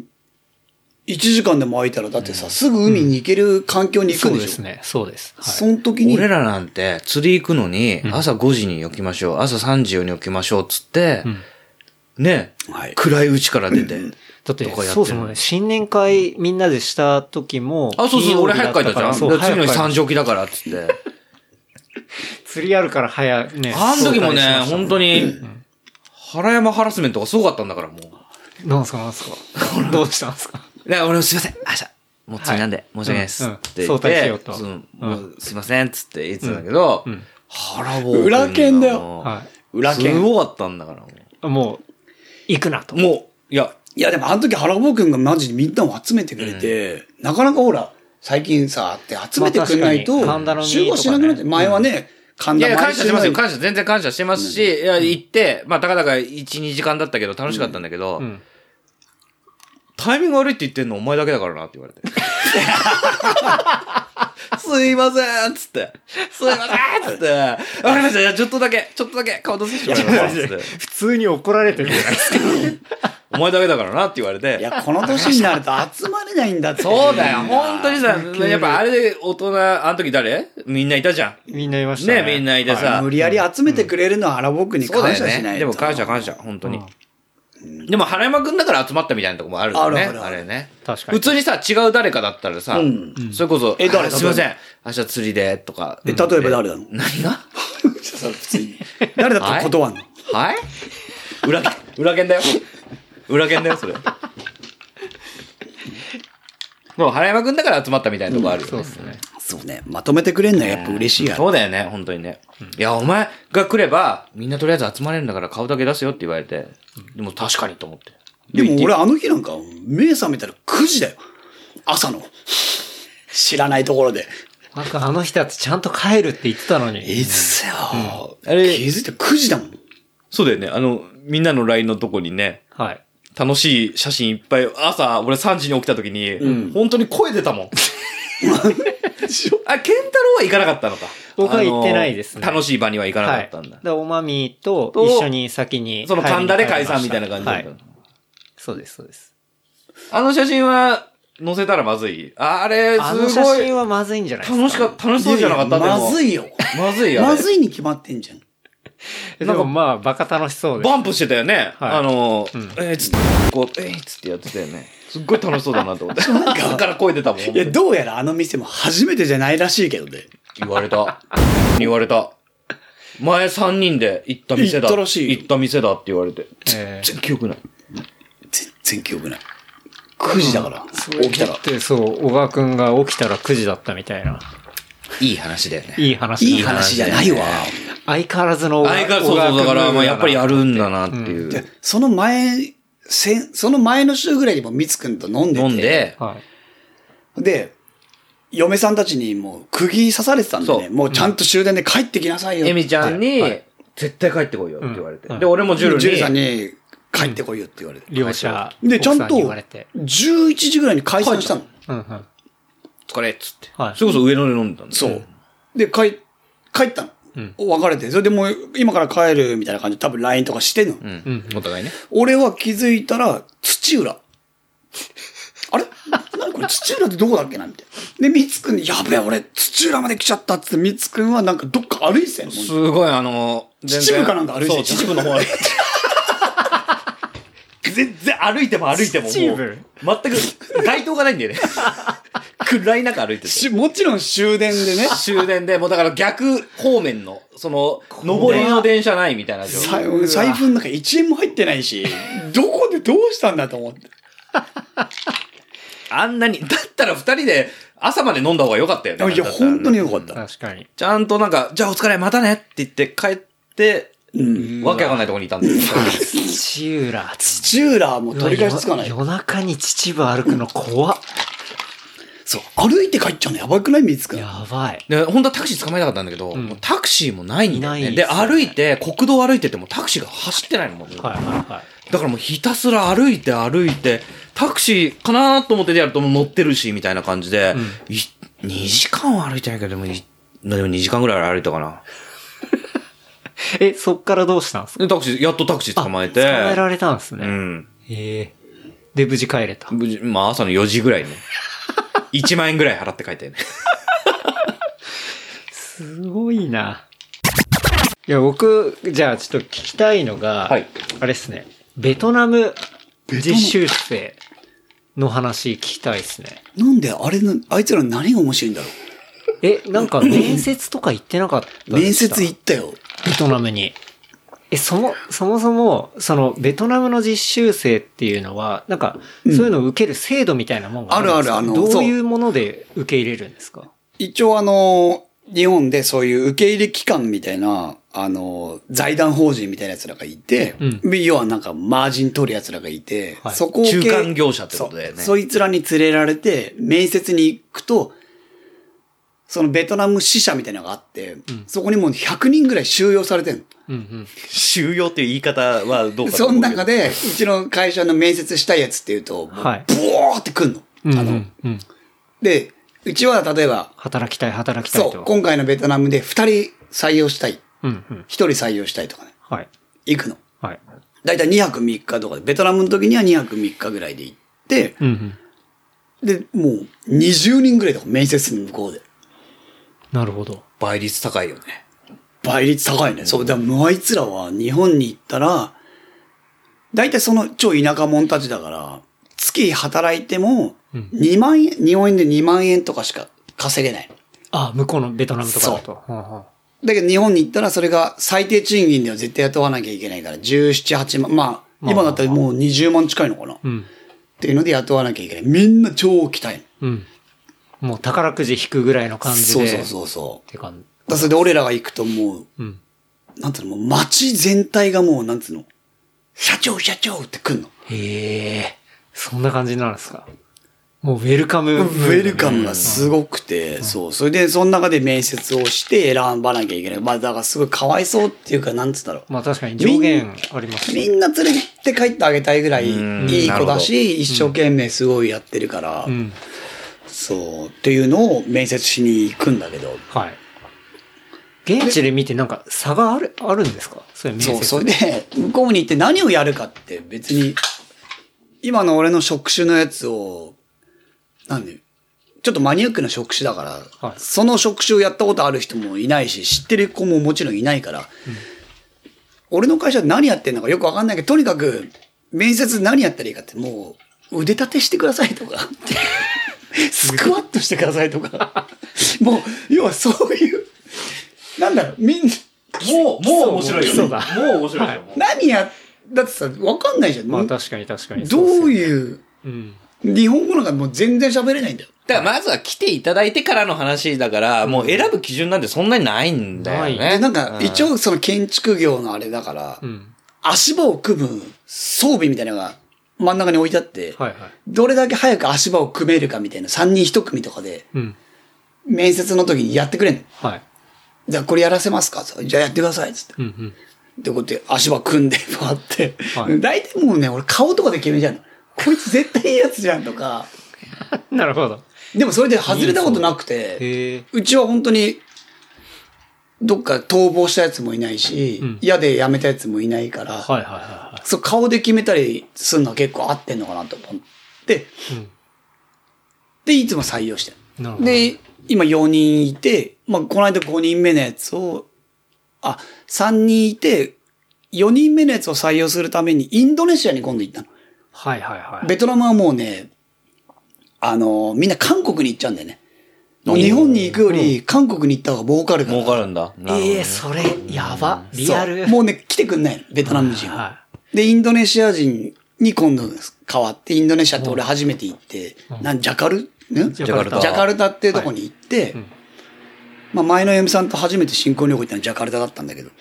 1時間でも空いたら、だってさ、すぐ海に行ける環境に行くそんうででしすょ。ね。そうです。そはい。の時に、俺らなんて釣り行くのに、朝5時に起きましょう、朝3時に起きましょうっつって、ね、はい暗いうちから出て。だっとてかやって、るそうですもんね。新年会みんなでした時も、あ、そう金そう、曜俺日だ早くっ帰ったじゃん。そうだから次の日早く帰りま3し時起きだからっつって。た釣りあるから早、ね。あの時もね、そう本当に、原山ハラスメントがすごかったんだから、もう。なんすかなんすか *laughs* どうしたんすかね、俺もすいません、明日、もう次なんで、申し訳ないです。うんってう言んって、早退しようとんうんもうすいません、つって言ってたんだけど、うんうん腹棒。裏剣だよは裏す剣。ごかったんだから、もい。もう、行くな *laughs* とう。。もう、いや、いや、でもあの時原坊君がマジでみんなを集めてくれて、なかなかほら、最近さ、あって集めてくんないとまあ確かに神田の、集合しなくなって、うん前はね、神い田やいや、毎感謝週しのますようよ。に感謝、全然感謝してますし、いや、行って、まあ、たかだか1、2時間だったけど、楽しかったんだけど、うん。タイミング悪いって言ってんのお前だけだからなっ *laughs* て言われて。すいませんっつって。すいませんっつって。わかりました。じゃあちょっとだけ、ちょっとだけ顔出させてもらいますっつって。普通に怒られてるじゃないですか。お前だけだからなって言われいて。や、この年になると集まれないんだって。そうだよ。本当にさ、やっぱあれで大人、あの時誰みんないたじゃ *laughs* みんないましん。たね。ね、みんないてさ無。理やり集めてくれるのは原僕にそうだ感謝よしないと。ね。でも感謝感謝、本当に。でも、原山くんだから集まったみたいなとこもあるよね。あるあるああるれね。確かに普。通にさ、違う誰かだったらさ、うんそれこそ、え誰あすいません、明日釣りで、とか。え、例えば誰だ *laughs* の何がちょっと普通に誰だって断んの *laughs* はい裏剣、裏剣だよ。裏剣だよ、*laughs* それ。でも、原山くんだから集まったみたいなとこあるよね。そうですね。そうね。まとめてくれんのはやっぱ嬉しいやろ。そうだよね、本当にね。いや、お前が来れば、みんなとりあえず集まれるんだから顔だけ出すよって言われて、でも確かにと思って。でも俺あの日なんか、目覚めたら9時だよ。朝の。知らないところで。なんかあの人だってちゃんと帰るって言ってたのに。いつよ。あれ気づいて9時だもん。そうだよね、あの、みんなの LINE のとこにね、はい。楽しい写真いっぱい、朝、俺3時に起きた時に、本当に声出た *laughs* もん。あ、ケンタロウは行かなかったのか。僕は行ってないですねあの楽しい場には行かなかはい。ったんだ。で、おまみとと一緒に先に。その神田で解散みたいな感じだはったいの、。そうです、そうです。あの写真は載せたらまずい。あれ、あのす写ごい真。はまずいんじゃないですか。楽しか、楽しそうじゃなかったいやいやまずい。いよ。まずいよ。まずいに決まってんじゃん。えでもまあ、バカ楽しそうです。バンプしてたよね。はいあの、うんえー、つって、こう、えー、つってやってたよね。すっごい楽しそうだなと思って。だから声出たもん。いや、どうやらあの店も初めてじゃないらしいけどね。言われた。言われた。前3人で行った店だ。行ったらしいよ行った店だって言われて。えー全然記憶ない。全然記憶ない。9時だから。起きたらだっ。てそう、小川くんが起きたら9時だったみたいな。いい話だよね。いい話だいい話じゃないわ。相変わらずの小相川変わらず、そうそう、だから、まあ、やっぱりやるんだなっていう。でその前、せんその前の週ぐらいにもみつくんと飲んでて。飲んで、はい。で、嫁さんたちにもう釘刺されてたんでそね、うもうちゃんと終電で帰ってきなさいよ。エミちゃんはにい、絶対帰ってこいよって言われてう。んで、俺もジュルジュリさんに、に帰ってこいよって言われて。両者。で、ちゃんと、奥さに言われて。 11時ぐらいに解散したの。うんうん。疲れっつって。はいそれこそ上野で飲んだんだそ。う。で、帰、帰ったの。ん別れて。それでもう、今から帰るみたいな感じで多分 LINE とかしてんの。うん。お互いね。俺は気づいたら、土浦。あれ *laughs* 何これ土浦ってどこだっけなみたいな。で、みつくんに、やべえ、俺、土浦まで来ちゃったっつって、みつくんはなんかどっか歩いてたよ。もうすごい、あの、全然秩父かなんか歩いてそう、秩父の方歩いて。全然歩いても歩いてももう、秩 *laughs* 全く街灯がないんだよね。暗い中歩いて。。してもちろん終電で *laughs* ね終電で、もうだから逆方面の、その、上りの電車ないみたいな状況。財布財布の中1円も入ってないし、どこでどうしたんだと思って。あんなに、だったら二人で朝まで飲んだ方が良かったよね。いや、本当によかった。確かに。ちゃんとなんか、じゃあお疲れ、またねって言って帰って、わけわかんないとこにいたんですよ。土浦。土浦も取り返しつかない。夜中に秩父歩くの怖っ。そう。歩いて帰っちゃうのやばくない三つくん。やばい。で、本当はタクシー捕まえたかったんだけど、もうタクシーもないんだよいなね。いで、ですよね歩いて、国道歩いててもタクシーが走ってないのもうはいはいはい。だからもうひたすら歩いて歩いて、タクシーかなと思ってやるともう乗ってるし、みたいな感じで、い2時間は歩いてないけど、でもい、でも2時間ぐらい歩いたかな。え、そっからどうしたんですかで、タクシー、やっとタクシー捕まえて、捕まえられたんですうね。ん。へえで、無事帰れた。無事、まあ朝の4時ぐらいね。1万円ぐらい払って帰ったよね。すごいな。いや、僕、じゃあちょっと聞きたいのが、はいあれですね、ベトナム実習生の話聞きたいですね。なんであれの、あいつら何が面白いんだろえ、なんか面接とか行ってなかったでしう。た面接行ったよ。ベトナムに。え、そも、そもそも、その、ベトナムの実習生っていうのは、なんか、そういうのを受ける制度みたいなもんがあるんですかあるあるあのどういうもので受け入れるんですか一応あの、日本でそういう受け入れ機関みたいな、あの、財団法人みたいな奴らがいて、要はなんかマージン取る奴らがいて、はいそこを中間業者ってことだよねそうそいつらに連れられて、面接に行くと、そのベトナム支社みたいなのがあって、そこにもう100人ぐらい収容されてんの。うんうん。収容っていう言い方はどうかとそ思のうけど中で、うちの会社の面接したいやつっていうと、もうブはいワーって来んの。うんうあのん、うん。で、うちは例えば、働きたい、働きたそ、いうと。今回のベトナムで2人採用したい。うんうん。 1人採用したいとかね。はい。行くの。はい。だいたい2泊3日とかで、ベトナムの時には2泊3日ぐらいで行って、うんうん。で、もう20人ぐらいとか面接するの向こうで。なるほど。倍率高いよね。倍率高いね。そう、だからもうあいつらは日本に行ったら、だいたいその超田舎者たちだから、月働いても、2万円、日本円で2万円とかしか稼げない。あ、向こうのベトナムとかだと。うんうんだけど日本に行ったらそれが最低賃金では絶対雇わなきゃいけないから、17、8万、まあ、今だったらもう20万近いのかな。っうん。ていうので雇わなきゃいけない。みんな超期待。うん。もう宝くじ引くぐらいの感じそうで。そうそうそう。ってだ感からそれで俺らが行くともじ。うん。う、なんつうの、もう街全体がもう、なんつうの、社長社長って来んの。へえ。そんな感じになるんですかもうウェルカム。ウェルカムがすごくて、そう。それで、その中で面接をして選ばなきゃいけない。まあ、だからすごいかわいそうっていうか、なんつうんだろう。まあ確かに上限ありますみんな連れて帰ってあげたいぐらいうんいいな子るほだどし、一生懸命すごいやってるから、うん。そう、っていうのを面接しに行くんだけど、はい。現地で見てなんか差がある、あるんですかそういう面接そう、それで、向こうに行って何をやるかって別に、今の俺の職種のやつを、なんで、ちょっとマニアックな職種だから、はいその職種をやったことある人もいないし、知ってる子ももちろんいないから、俺の会社何やってんのかよくわかんないけど、とにかく、面接何やったらいいかって、もう、腕立てしてください *laughs* とか、スクワットしてくださいとか、もう、要はそういう、なんだろう、みんな、もう、もう面白いよ。そうだもう面白いよ。何や、だってさ、わかんないじゃん。まあ確かに確かに。どうういう、うん。日本語なんかもう全然喋れないんだよ。だからまずは来ていただいてからの話だから、もう選ぶ基準なんてそんなにないんだよなね。でなんか、一応その建築業のあれだから、うん。足場を組む装備みたいなのが真ん中に置いてあって、はいはい。どれだけ早く足場を組めるかみたいな、3人1組とかで、うん。面接の時にやってくれんの。はい。じゃあこれやらせますかじゃあやってください。つって。うんうん。ってことで足場組んで回って、はい大体もうね、俺顔とかで決めちゃうの。こいつ絶対いいやつじゃんとか。なるほど。でもそれで外れたことなくて、へえ。うちは本当に、どっか逃亡したやつもいないし、ん嫌で辞めたやつもいないから、はいはいはいはそう顔で決めたりするのは結構合ってんのかなと思って、うんで、いつも採用してい。なるほど。で、今4人いて、まあ、この間5人目のやつを、あ、3人いて、4人目のやつを採用するためにインドネシアに今度行ったの。はいはいはい。ベトナムはもうね、あの、みんな韓国に行っちゃうんだよね。もう日本に行くより、韓国に行った方が儲かるから。儲かるんだ。なるほどええねそれ、やば。リアル。そうもうね、来てくんないの、ベトナム人は。はで、インドネシア人に今度です変わって、インドネシアって俺初めて行って、なん、ジャカルんジャカルタジャカルタっていうとこに行って、うんまあ前の嫁さんと初めて新婚旅行行ったのはジャカルタだったんだけど、い。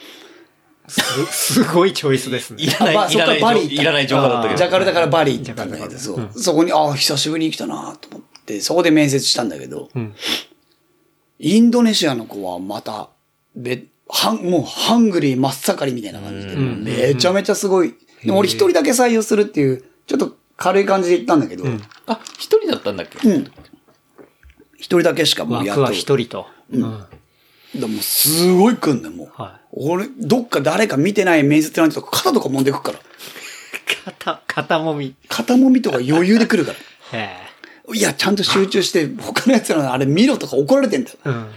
す *laughs* すごいチョイスですいね。らまなあい、いそっらからバなリ行っい、たいらない情報だったけど。ジャカルタからバリ行ったんだけど、ジャそカルタうそこに、ああ、久しぶりに来たなと思って、そこで面接したんだけど、うん。インドネシアの子はまた、べ、はん、もう、ハングリー真っ盛りみたいな感じで、んめちゃめちゃすごい。でも俺一人だけ採用するっていう、ちょっと軽い感じで行ったんだけど、うん。あ、一人だったんだっけ一人だけしかもうやっ枠とは一人と。うん。でもすごい来んねもう。はい俺、どっか誰か見てない面接なんてとか肩とか揉んでくから。肩、肩もみ。肩揉みとか余裕で来るから。えいや、ちゃんと集中して、他のやつらのあれ見ろとか怒られてんだよ。えうん。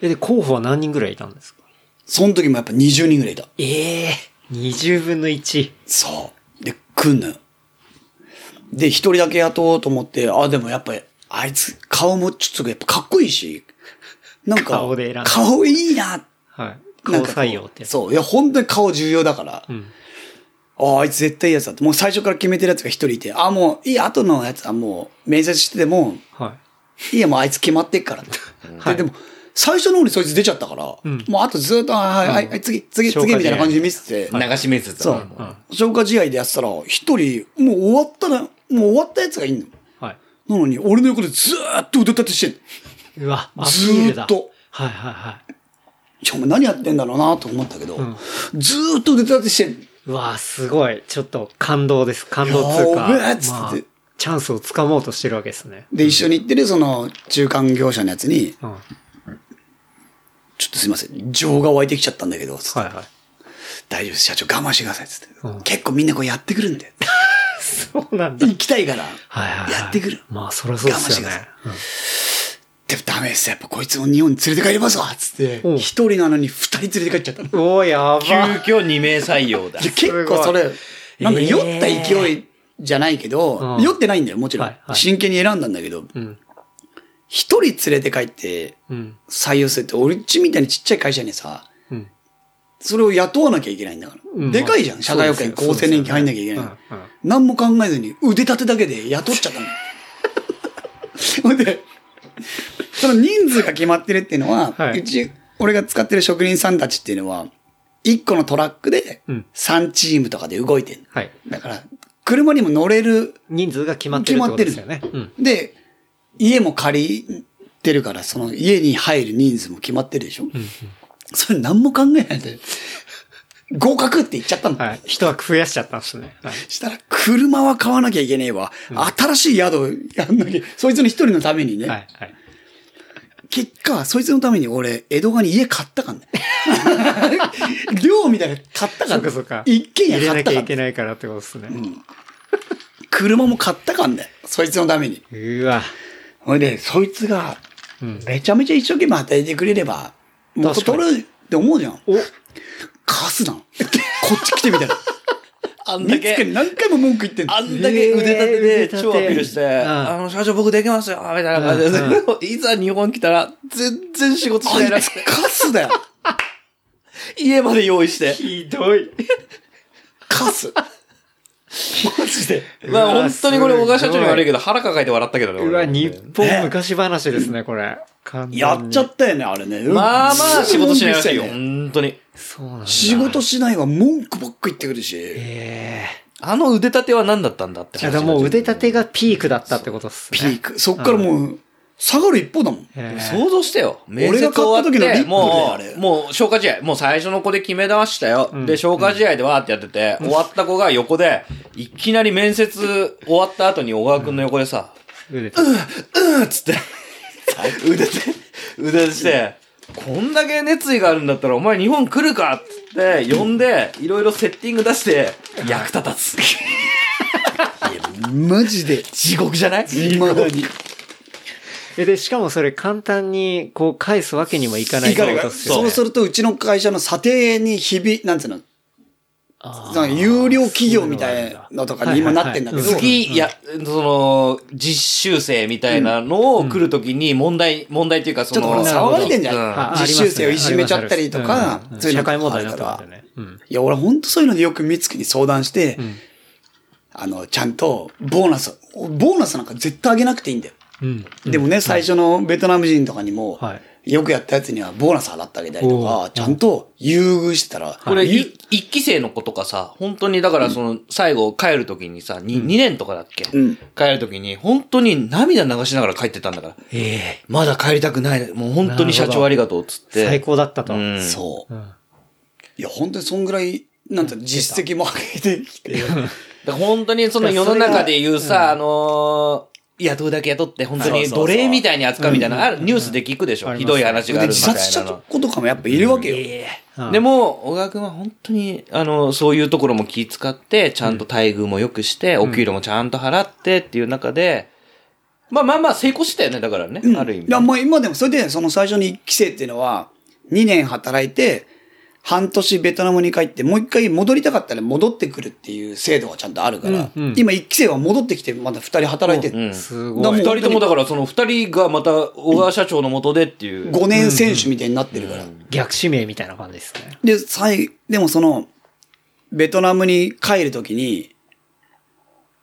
え、で、候補は何人ぐらいいたんですかその時もやっぱ20人ぐらいいた。ええ20分の1。そう。で、来んのよ。で、一人だけ雇おうと思って、あ、でもやっぱり、あいつ、顔もちょっとやっぱかっこいいし、なんか、顔で選んだ顔いいな、はい。な顔んかこう採用ってやつ。そう。いや、本当に顔重要だから、んあ、あいつ絶対いいやつだって、もう最初から決めてるやつが一人いて、あ、もう、いい、後のやつはもう、面接してても、はいや、もう *laughs* あいつ決まってっからって。はいで、でも、最初の方にそいつ出ちゃったから、もうあとずっと、あはい、はい、はい、次、次、消化次みたいな感じで見せて、流し面接そだうね。。消化試合でやってたら、一人、もう終わったら、もう終わったやつがいんの。い。はい。なのに、俺の横でずーっと腕立てしてんのうわ、アピールだ。ずーっと。はいはいはい。しかも何やってんだろうなと思ったけど、んずーっと腕立てしてんの。うわ、すごい。ちょっと感動です。感動つうか。やべえっつってまあチャンスをつかもうとしてるわけですね。で、一緒に行ってるその中間業者のやつに、うん。はいちょっとすいません、情が湧いてきちゃったんだけど、つってはい。大丈夫です、社長我慢してください、つって、うん結構みんなこうやってくるんで。 *laughs* そうなんだ。行きたいから、はいはいはい。やってくる。まあ、そりゃそうですよ我慢しねて。でもダメです、やっぱこいつを日本に連れて帰りますわ、つってうん。一人なのに二人連れて帰っちゃったの。うんおー、やば。急遽2名採用だ *laughs* で。結構それ、なんか酔った勢いじゃないけど、うん酔ってないんだよ、もちろん。はいはい真剣に選んだんだけど、うん。一人連れて帰ってうん。採用するって、俺っちみたいにちっちゃい会社にさ、うん。それを雇わなきゃいけないんだから。うんでかいじゃん、社会保険、そうで厚すよ生年金入んなきゃいけない、うんうん何も考えずに腕立てだけで雇っちゃったの。 *laughs* ほんで、その人数が決まってるっていうのは、はいうち、俺が使ってる職人さんたちっていうのは、1個のトラックでうん3チームとかで動いてる、はい。だから、車にも乗れる。人数が決まってるってことですよね。うん。で、家も借りてるから、その家に入る人数も決まってるでしょ。それ何も考えないで、合格って言っちゃったの。はい。一枠増やしちゃったんですね。はい。したら、車は買わなきゃいけねえわ。新しい宿やんなきゃ、そいつの一人のためにね。はい。はい。結果、そいつのために俺、江戸川に家買ったかんね。寮みたいなの買ったかそんねうかそうか。。一軒入家れ買っなたきゃかいんけね。ないからってことですね。車も買ったかんね。そいつのために。うわ。ほいで、そいつが、うん。めちゃめちゃ一生懸命働いてくれれば、もっと確かに取るって思うじゃん。おカスなの。こっち来てみたいな。あん見だつけけ、何回も文句言ってんのあ。んだけ腕立てえでー超アピールして、うんあの、社長僕できますよ、みたいな感じでうん。 *laughs* いざ日本来たら、全然仕事しないあらいしつくて、カスだよ。家まで用意して。ひどい。カス。マジで。 *laughs* まあうわ本当にこれすご小い川社長に悪いけど、腹抱えて笑ったけどね。うわ、俺日本昔話ですね、これ。完全にやっちゃったよね、あれね。まあまあ仕事しないらしいよ。すぐ文句言ってたね本当に。そうなんだ。仕事しないは文句ばっか言ってくるし。えあの腕立ては何だったんだってえ話じゃあもう腕立てがピークだったってことっすね。ピーク。そっからもう、下がる一方だもん。ええ想像してよ。面俺接が終わ買っった時のリッて、プでもあれう、もう消化試合、もう最初の子で決め出したよ。で、消化試合でわーってやってて、終わった子が横で、いきなり面接終わった後に小川くんの横でさ、腕立てうんっつって、腕で、腕でして、こんだけ熱意があるんだったらお前日本来るかっつって呼んで、いろいろセッティング出して、役立たず。マジで。地獄じゃない未だに。えで、しかもそれ簡単にこう返すわけにもいかないってことっすよそうね。すると、うちの会社の査定に日々、なんつうの、なんか有料企業みたいなとかに今なってんだけど、次、や、その、実習生みたいなのを来るときに問題、問題というかそちょっとこれの、騒がれてんじうゃあん。実習生をいじめちゃったりとかありますありま、すそういう社の会問があ題るになかってまらすよ。ね。うんいや、俺ほんとそういうのでよく三月に相談して、あの、ちゃんと、ボーナス、ボーナスなんか絶対あげなくていいんだよ。うん。でもね、最初のベトナム人とかにも、はいよくやったやつにはボーナス払ってあげたりとおかー、ちゃんと優遇してたら、これ、ゆい一期生の子とかさ、本当にだからその、最後帰るときにさ、に二年とかだっけうん帰るときに、本当に涙流しながら帰ってたんだから、ええ。まだ帰りたくない。もう本当に社長ありがとうっつって。最高だったと。うんそうう。んいや、本当にそんぐらい、なんていうの実績も上げてき *laughs* て、だから本当にその世の中で言うさ、あのー、雇うだけ雇って本当そうそにうそう奴隷みたいに扱うみたいな、あるニュースで聞くでしょ、ありひますどい話があでるみ自たい殺しちゃなっのた。子とかもやっぱいるわけよ。うんでも、小川くんは本当に、あの、そういうところも気遣って、ちゃんと待遇も良くして、お給料もちゃんと払ってっていう中で、まあまあまあ成功してたよね、だからね、うんある意味い。や、まあ今でも、それで、その最初に1期生っていうのは、2年働いて、半年ベトナムに帰って、もう一回戻りたかったら戻ってくるっていう制度がちゃんとあるから、うんうん今1期生は戻ってきて、まだ2人働いてる。うんすだごもい。う二人ともだから、その二人がまた小川社長のもとでっていう。 5年選手みたいになってるから。逆指名みたいな感じですね。で、最、でもその、ベトナムに帰るときに、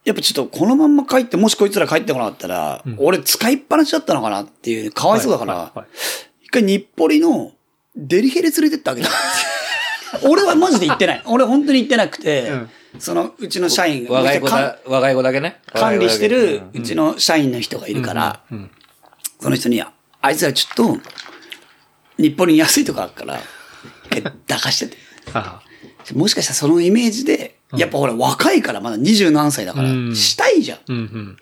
やっぱちょっとこのまんま帰って、もしこいつら帰ってこなかったら、俺使いっぱなしだったのかなっていう、かわいそうだから、はいはい一回日暮里のデリヘル連れてってあげた。 *laughs* 俺はマジで行ってない。俺本当に行ってなくて、そのうちの社員が、若い子だ、若い子だけね。管理して若い子だるけうちの社員の人がいるから、その人に、あいつらちょっと、日本に安いとこあるから、 *laughs* 一回抱かしてて。あもしかしたらそのイメージで、やっぱほら若いからまだ20何歳だから、うんしたいじゃん。うんうん。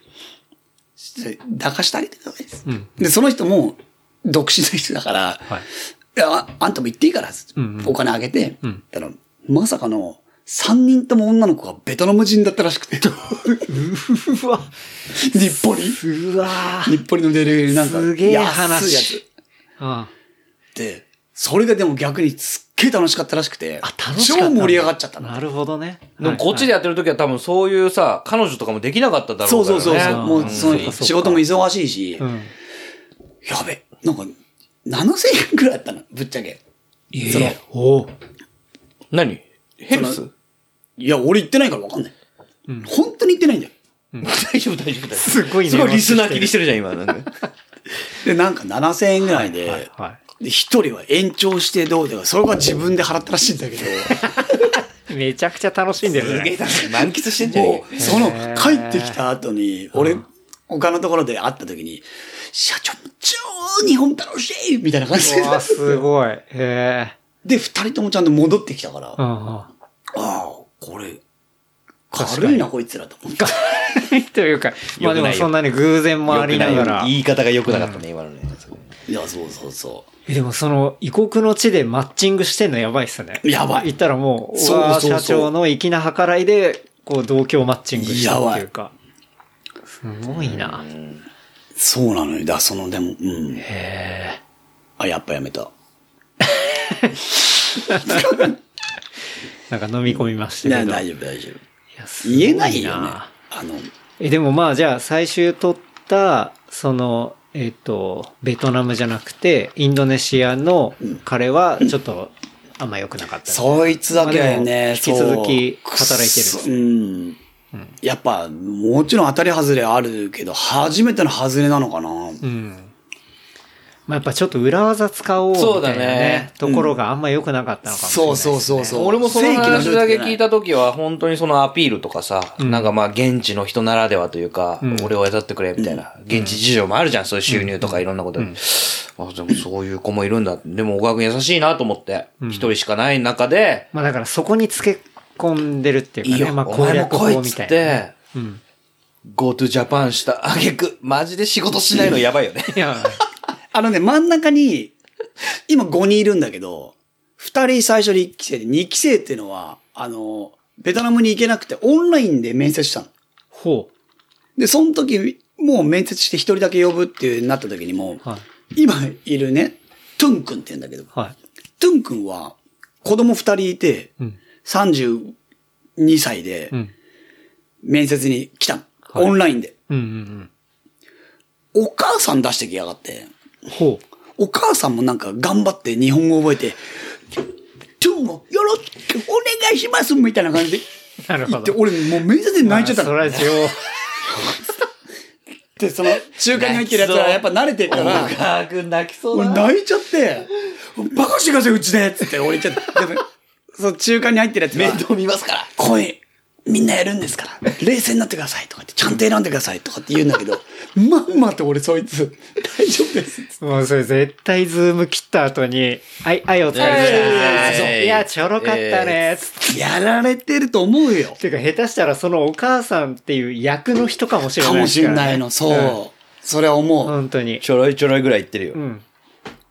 抱かしてあげてくださいです。うんで、その人も独身の人だから、はい。いやああんたも行っていいから、うんうんお金あげて、うんあのまさかの3人とも女の子がベトナム人だったらしくて、うわ、日暮里うわ日暮里の出るなんかすげえ安いやつ話あで、それがでも逆にすっげえ楽しかったらしくて、楽しかった超盛り上がっちゃったあ。の。なるほどね。でもこっちでやってる時は多分そういうさ、彼女とかもできなかっただろうからそうそね。うそうそう、んもうそそうかのそうか仕事も忙しいし、はい。うん。やべ、なんか、7000円くらいあったの、ぶっちゃけ。えそのえ。おう何ヘルスそのいや、俺行ってないから分かんない。本当に行ってないんだよ。 *laughs* 大丈夫大丈夫大丈夫。すごいねすごいリスナー気にしてるじゃん、今。なんかで、なんか7000円ぐらいで、はいはで一人は延長してどうだか、それが自分で払ったらしいんだけど、い。めちゃくちゃ楽しんでるね。満喫してんじゃん。もう、そのへー、帰ってきた後に、俺、他のところで会った時に、社長、超日本楽しいみたいな感じでう。わ、すごい。へえ。で、二人ともちゃんと戻ってきたから、うあんうん。あ、これ、確かに軽いな、こいつらと思って。 *laughs* というか、まあでもそんなに偶然もありながら。言い方が良くなかったね、今のね。いや、そうそうそえでもその異国の地でマッチングしてんのやばいっすね。やばい言ったらもう、そう小そ川うそう社長の粋な計らいで、こう同居マッチングしたっていうか。すごいな。う。そうなのよ。だ、その、でも、うん。へあ、やっぱやめた。ーなんか飲み込みましたなけど。大丈夫、大丈夫。いやすご言えないよね。あの、え、でもまあじゃあ最終取った、その、えっ、と、ベトナムじゃなくて、インドネシアの彼はちょっとあんま良くなかった。そいつだけだよね。まあでもそう引き続き働いてるくそうん。やっぱ、もちろん当たり外れあるけど、初めての外れなのかな。うん。まあ、やっぱちょっと裏技使おうみそうただいねなね、ところがあんま良くなかったのかもしれないそうですそね、うそうそう。俺もその正規ルー話ルだけ聞いた時は、本当にそのアピールとかさ、なんかまあ現地の人ならではというか、俺を雇ってくれみたいな、現地事情もあるじゃん、そういう収入とかいろんなことで。あでもそういう子もいるんだ。でも小川君優しいなと思って、一人しかない中で、まあだからそこにつけ込んでるっていういかいね、よ、まあお前も来いっつっなね。て、うん。 GoTo Japan したあげく、マジで仕事しないのやばいよね。いや、あのね、真ん中に、今5人いるんだけど、2人最初に1期生で、2期生っていうのは、あの、ベトナムに行けなくて、オンラインで面接したの。ほで、その時、もう面接して一人だけ呼ぶっていうなった時にも、う。はい。今いるね、トゥン君って言うんだけど、はい。トゥン君は子供二人いて、うん。 35 2歳でう、ん。面接に来たの、はいオンラインで。うんうんお母さん出してきやがって。うん。ほう。お母さんもなんか頑張って日本語覚えて、今日もよろしくお願いしますみたいな感じでなる言ほって、ど。俺もう面接で泣いちゃったまあそら情で、その中間に入ってるやつはやっぱ慣れてるから、川くん泣きそ俺泣いちゃって、バカしてください、うちでっつって俺言っちゃった。でも、 *laughs* その中間に入ってるやつ面は、倒見ますから。声、みんなやるんですから、冷静になってくださいとかって、ちゃんと選んでくださいとかって言うんだけど、 *laughs* まんまと俺そいつ、大丈夫ですっつって。もうそれ絶対ズーム切った後に、はい、はい、お疲れ様えーですえーいや、ちょろかったね。つっやられてると思うよ。ていうか、下手したらそのお母さんっていう役の人かもしれなかいでもすしかんらねないの、そう。んそれは思う。本当に。ちょろいちょろいぐらい言ってるよう。ん。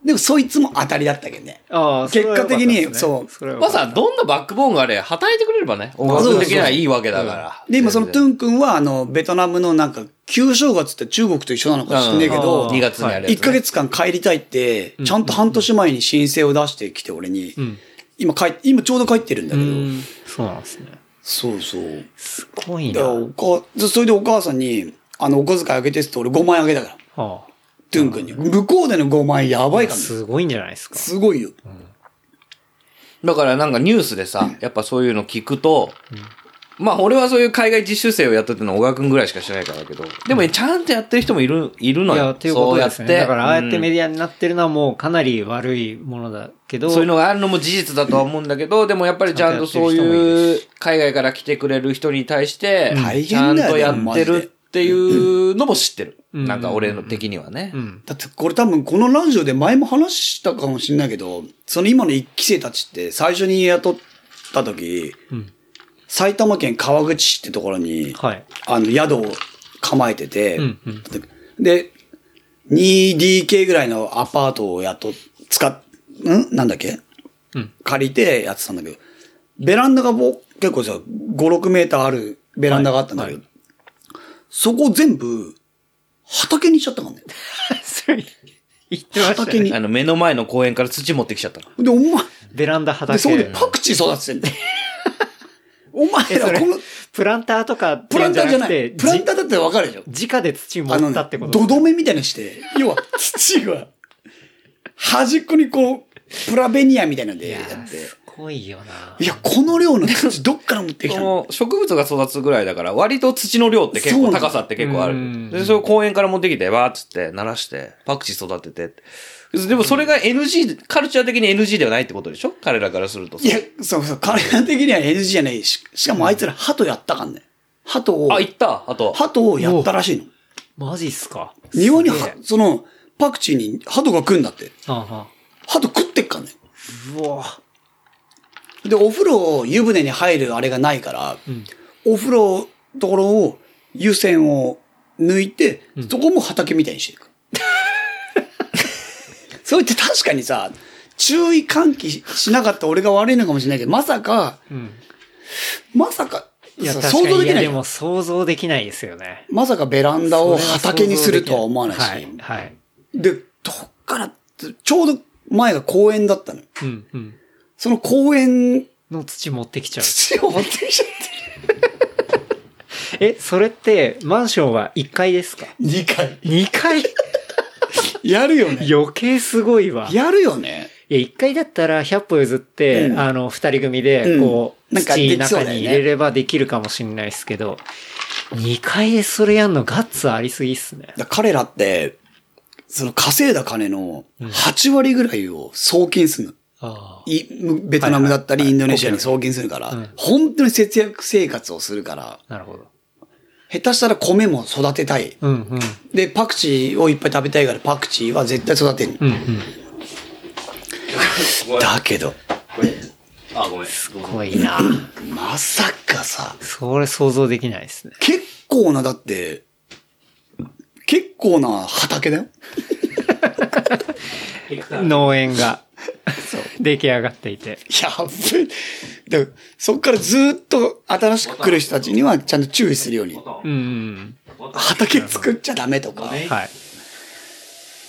でもそいつも当たりだったけどね。ああ、それは良かったですね結果的にそうそれは良まかあったさ、どんなバックボーンがあれ、働いてくれればね、音楽的にはいいわけだから。で、今そのトゥンン君は、あの、ベトナムのなんか、旧正月って中国と一緒なのか知んねえけど、うん2月にあるやつね。 1ヶ月間帰りたいって、ちゃんと半年前に申請を出してきて、俺に。ん今帰っ、今ちょうど帰ってるんだうけど。ん。そうなんですね。そうそう。すごいだな。からはおか、それでお母さんに、あの、お小遣いあげてっつって俺5万円あげたから。あ。トゥン君に。向こうでの5万円やばいからね。すごいんじゃないですか。すごいよ。だからなんかニュースでさ、やっぱそういうの聞くと、まあ俺はそういう海外実習生をやってたのは小川くんぐらいしか知らないからだけど、でもちゃんとやってる人もいる、いるのいよ。や、ということですそうね。やっだて。から、ああやってうんメディアになってるのはもうかなり悪いものだけど、そういうのがあるのも事実だとは思うんだけど、でもやっぱりちゃんとそうちゃんとやってる人もいいう海外から来てくれる人に対して、大ちゃ変んだよとやってるっていうのも知ってる。んなんか俺の的にはね。うん。だってこれ多分このラジオで前も話したかもしれないけど、その今の一期生たちって最初に雇った時、うん埼玉県川口市ってところに、はい。あの宿を構えてて、うんうんで、2DK ぐらいのアパートを雇っ、使っ、んなんだっけうん借りてやってたんだけど、ベランダがもう結構さ、5、6メーターあるベランダがあったんだけど、はそこを全部畑にしちゃったからね。それ、言ってました畑にね。あの目の前の公園から土持ってきちゃったの。で、お前、ベランダで、畑。そこでパクチー育てて *laughs* んだよ。お前えそられこの、プランターとかっプていラうんンターじゃない。て、プランターだってわかるでしょ。じ直で土持あのっねたってこと土留めみたいにして、要は土が、端っこにこう、プラベニアみたいなんでやって。。すごいよないや、この量の *laughs* 土どっから持ってきそたのの植物が育つぐらいだから、割と土の量って結そ構うなんだ高さって結構あうる。んで、それを公園から持ってきて、わーっつって、鳴らして、パクチー育てて。でもそれが NG、カルチャー的に NG ではないってことでしょ彼らからすると。いや、そうそう、彼ら的には NG じゃないし、しかもあいつら鳩やったかんね。鳩をあ、、行ったあと。鳩をやったらしいの。マジっすか。庭にすげはえ、その、パクチーに鳩が来るんだって。あは鳩食ってっかんね。うわで、お風呂を湯船に入るあれがないから、んお風呂のところを湯船を抜いて、そこも畑みたいにしていく。 *laughs* それって確かにさ、注意喚起しなかった俺が悪いのかもしれないけど、まさか、うん。まさか、いや、さ確かに。想像できないやいでも想像できないですよね。まさかベランダを畑にするとは思わないし。はい。はい。で、どっからって、ちょうど前が公園だったのよ。うんうん。その公園、 *laughs* の土持ってきちゃう。土を持ってきちゃって。え、それって、マンションは1階ですか2回。 ?2 階やるよね。余計すごいわ。いや、やるよね。 1階だったら100歩譲って、うんあの、2人組で、こうんなう、んかで土きそう中だよねに入れればできるかもしれないですけど、2階でそれやんのガッツありすぎっすね。だ彼らって、その稼いだ金の8割ぐらいを送金するの。あいベトナムだったりインドネシアに送金するから、うん本当に節約生活をするから、あ。なるほど。下手したら米も育てたい。うんうん。で、パクチーをいっぱい食べたいからパクチーは絶対育てる。うんうん。だけど、あ、ごめん。すごいな。まさかさ、それ想像できないですね。結構な、だって、結構な畑だよ。農園が *laughs* 出来上がっていて。やっべ。だからそっからずーっと新しく来る人たちにはちゃんと注意するように。うんうん畑作っちゃダメとか。うん。はい。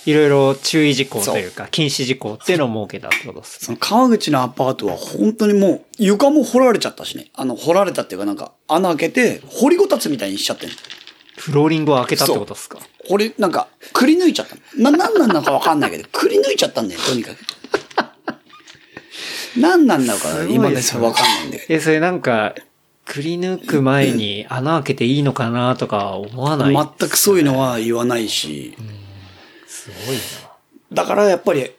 いいろいろ注意事項というか、禁止事項っていうのを設けたってことです。その川口のアパートは本当にもう床も掘られちゃったしね。あの、掘られたっていうかなんか穴開けて、掘りごたつみたいにしちゃってんのフローリングを開けたってことですか掘り、なんか、くり抜いちゃったの。な、なんなんだかわかんないけど、 *laughs* くり抜いちゃったんだよ、とにかく。 *laughs* なんなんだか、今ですらわかんないんだけど。え、それなんか、くり抜く前に穴開けていいのかなとか思わない全くそういうのは言わないし。すごいな。だからやっぱり、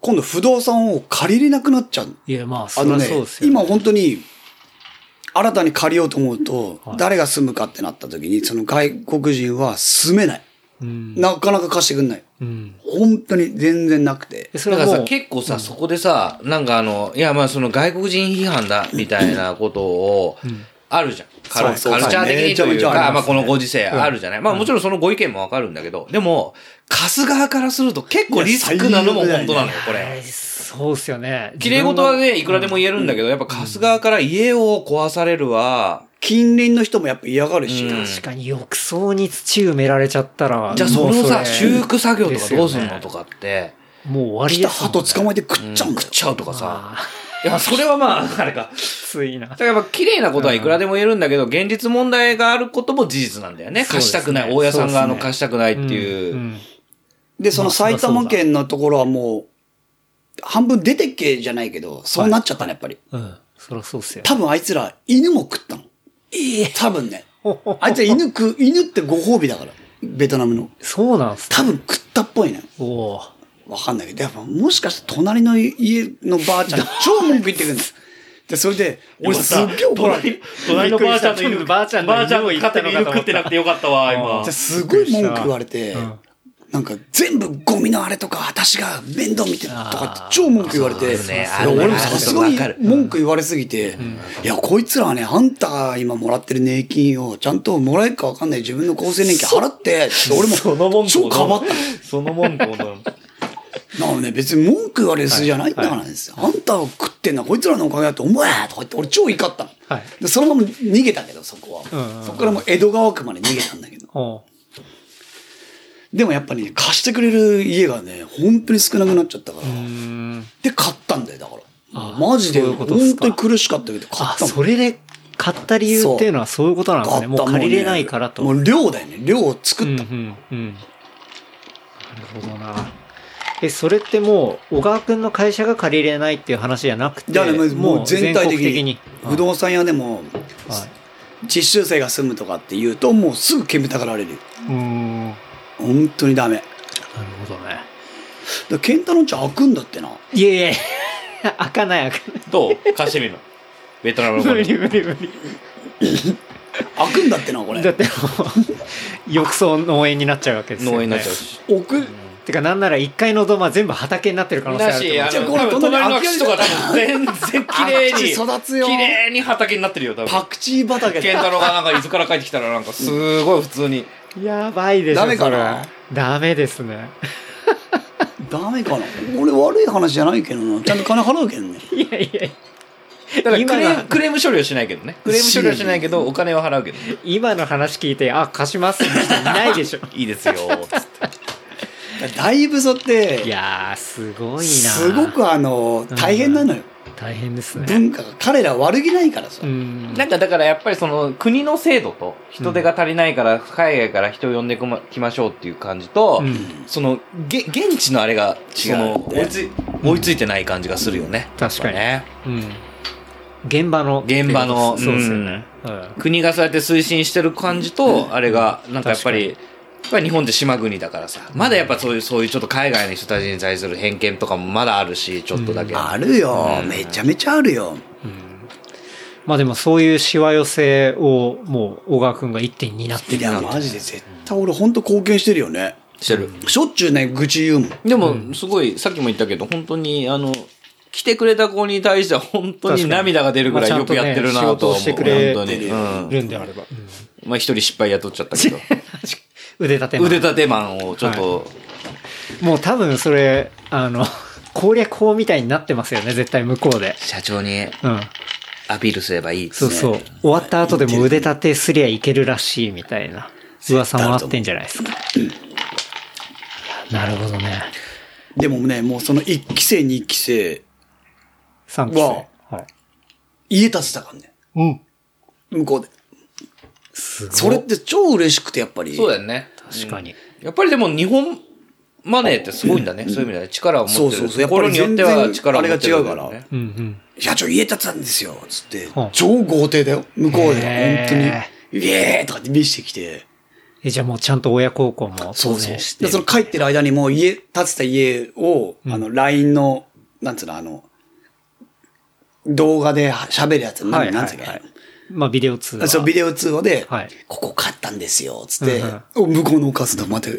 今度不動産を借りれなくなっちゃうの。いや、まあ、そありのゃねそうですよ、今本当に、新たに借りようと思うと、誰が住むかってなった時に、その外国人は住めない。うん。なかなか貸してくんない。うん。本当に全然なくて。えそだれかはらもさ、う、結構さ、そこでさ、なんかあの、いや、まあその外国人批判だ、みたいなことを、あるじゃん。カルそうそうカルチャー的にとめちゃめいうちゃあか、りますねまあこのご時世あるじゃない。まあもちろんそのご意見もわかるんだけど、でも、貸す側からすると結構リスクなのも本当なのよ、こえれ。そうっすよね。綺麗事はね、いくらでも言えるんだけど、やっぱ貸す側から家を壊されるわ。近隣の人もやっぱ嫌がるし、うん確かに浴槽に土埋められちゃったら。じゃあそのもさ、う修復作業とかどうするですよのねとかって、もう終わり来でたすもんね。鳩捕まえて食うっんちゃうんだ食よっ。ちゃうとかさ。あいや、それはまあ、あれか。ーきついなだ。からやっぱ綺麗なことはいくらでも言えるんだけど、現実問題があることも事実なんだよね。そうで貸しすねたくない。大家さん側の貸したくないってんいう。んで、その埼まあそ玉りゃそうだ県のところはもう、半分出てけじゃないけど、そうなっちゃったね、やっぱり。うん。そりゃそうっすよ。多分あいつら犬も食ったの。多分ね。おあいつら犬食う、犬ってご褒美だから。ベトナムの。そうなんすね。多分食ったっぽいね。おおー。わかんないけど、やっぱもしかして隣の家のば *laughs* あちゃん、超文句言ってくるんです。で、それで、俺すっげえ怒られる。隣のばあちゃんのびっくりし犬、たばあちゃんのばあちゃんが犬を言っ勝た手のに犬かと思った食ってなくてよかった *laughs* わ、今じゃあ。すごい文句言われて、んなんか全部ゴミのあれとか私が面倒見てるとかって超文句言われて、あるねいやあるね俺もさすがにわかる文句言われすぎて、いや、こいつらはね、あんたが今もらってる年金をちゃんともらえるかわかんない自分の厚生年金払って、ちょっと俺もその文句超をかばった。 *laughs* その文句をどう。なのね、別に文句言われる筋じゃないんだからなんですよ。あんたを食ってんのはこいつらのおかげだと思えとか言って、俺超怒ったの。はいでそのまま逃げたけど、そこは。うんうんうんそこからもう江戸川区まで逃げたんだけど。おうでもやっぱりね、貸してくれる家がね、本当に少なくなっちゃったから。うーん。で、買ったんだよ、だから。あマジで、そういう本ことっすか当に苦しかったけど、買あ、ったもん。それで買った理由っていうのはそういうことなんですね。買ったもう借りれないからと。もう量だよね、量を作った。うんうんうん。なるほどな。え、それってもう、小川くんの会社が借りれないっていう話じゃなくて、だからもうもう全体的に不全国的に動産屋でも、あはい実習生が住むとかって言うと、もうすぐ煙たがられるよ。うーん。なる本当にダメ。だかほどね。らケンタロンちゃん開くんだってな。いえい *laughs* え、開かない開かどう貸してみるのベトナムのない。無子に *laughs* 理無理無理。開くんだってな、これ。だってもう、浴槽農園になっちゃうわけですよ、ね。農園になっちゃうし。奥、てかなんなら1階の土間全部畑になってる可能性だあるとし、思うあじゃあの、これ多分隣の口とか多分全然綺あ麗 *laughs* に、口育つよ綺麗に畑になってるよ、多分。パクチー畑ケンタロウがなんか伊豆から帰ってきたらなんかすごい普通に。やばいですダメかなダメですね。ダメかな俺悪い話じゃないけどな。ちゃんと金払うけどね。いやいやいやだからク今レーがムクレーム処理はしないけどね。クレーム処理はしないけど、お金は払うけどね。今の話聞いて、あ、貸しますって人いないでしょ。いいですよ、つって。だいぶそっ *laughs* いて、やー、すごいなすごくあの、大変なのよ。大変ですね。文化が、彼ら悪気ないからさう。ん。なんかだからやっぱりその国の制度と人手が足りないから海外から人を呼んでこまきましょうっていう感じと、うんそのげ現地のあれが違違うう追いつい追いついてない感じがするよね。確かにやっぱね。うん。現場の。現場のそうですよね。うん国がそうやって推進してる感じと、あれがなんかやっぱり、確やっぱり日本って島国だからさ、まだやっぱそういう、そういうちょっと海外の人たちに対する偏見とかもまだあるし、ちょっとだけ。あるよ。めちゃめちゃあるよ。まあでもそういうしわ寄せを、もう、小川くんが1.2になっているなや、マジで絶対俺ほんと貢献してるよね。してる。しょっちゅうね、愚痴言うもん。でも、すごい、さっきも言ったけど、本当に、あの、来てくれた子に対しては本当確にかに涙が出るぐらいまあよくやってるなちゃとんと思う。ね仕事をしてくれ本当に。てるうん。るんであれば。うんまあ一人失敗雇っちゃった *laughs* けど。腕立ても腕立てマンをちょっと、もう多分それ、あの、攻略法みたいになってますよね、絶対向こうで。社長にうん。アピールすればいいっつそうって。そう。終わった後でも腕立てすりゃいけるらしいみたいな噂もあってんじゃないですか。いやなるほどね。でもね、もうその1期生、2期生、 3期生。わはい。家建てたからね。うん。向こうで。すごい。それって超嬉しくて、やっぱり。そうだよね。確かに。やっぱりでも日本マネーってすごいんだね。そういう意味では力を持ってる。そうそうそうやとっこぱろりによっ全て然は力を持ってる、あれが違うからねうんうん。社長家建てたんですよ、つってはあ。超豪邸だよ、向こうで。へー本当に。イエーイとかって見せてきて。え、じゃあもうちゃんと親孝行もそう当そう。然で、して。その帰ってる間にもう家、建てた家を、あの、LINE の、なんつうの、あの、動画で喋るやつ、はないんなんつうはいか。まあビデオ通話。そう、ビデオ通話で、はいここ買ったんですよ、つって、うんお向こうのお母さんとまた、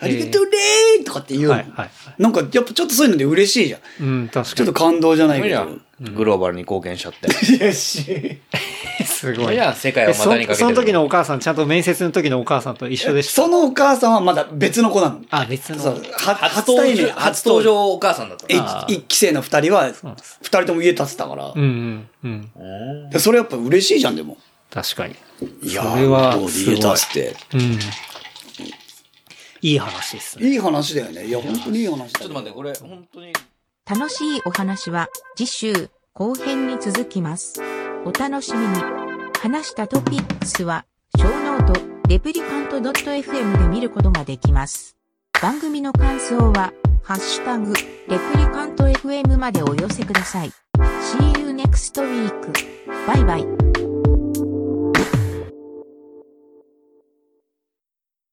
ありがとうねーとかって言うの、はいはいはいなんか、やっぱちょっとそういうので嬉しいじゃん。うん、確ちょかっと感動じゃないけじゃど。グローバルに貢献しちゃって。いやし。に。すごい。いや世界をえそ股にかけてるその時のお母さん、ちゃんと面接の時のお母さんと一緒でした。そのお母さんはまだ別の子なの。あ、別そのう。は初対面、 *laughs* 初登場。場お母さんだったな。あ一一期生の二人は、なんです二人とも家建てたからう。んうんうん。でそれやっぱ嬉しいじゃん、でも。確かに。いやそれはどうで家建てうん。いい話ですて。ね。いい話だよね。いや、本当にいい話だちょっと待って、これ本当に。楽しいお話は次週後編に続きます。お楽しみに。話したトピックスは、小ノート、レプリカント .fm で見ることができます。番組の感想は、ハッシュタグ、レプリカント fm までお寄せください。See you next week. バイバイ。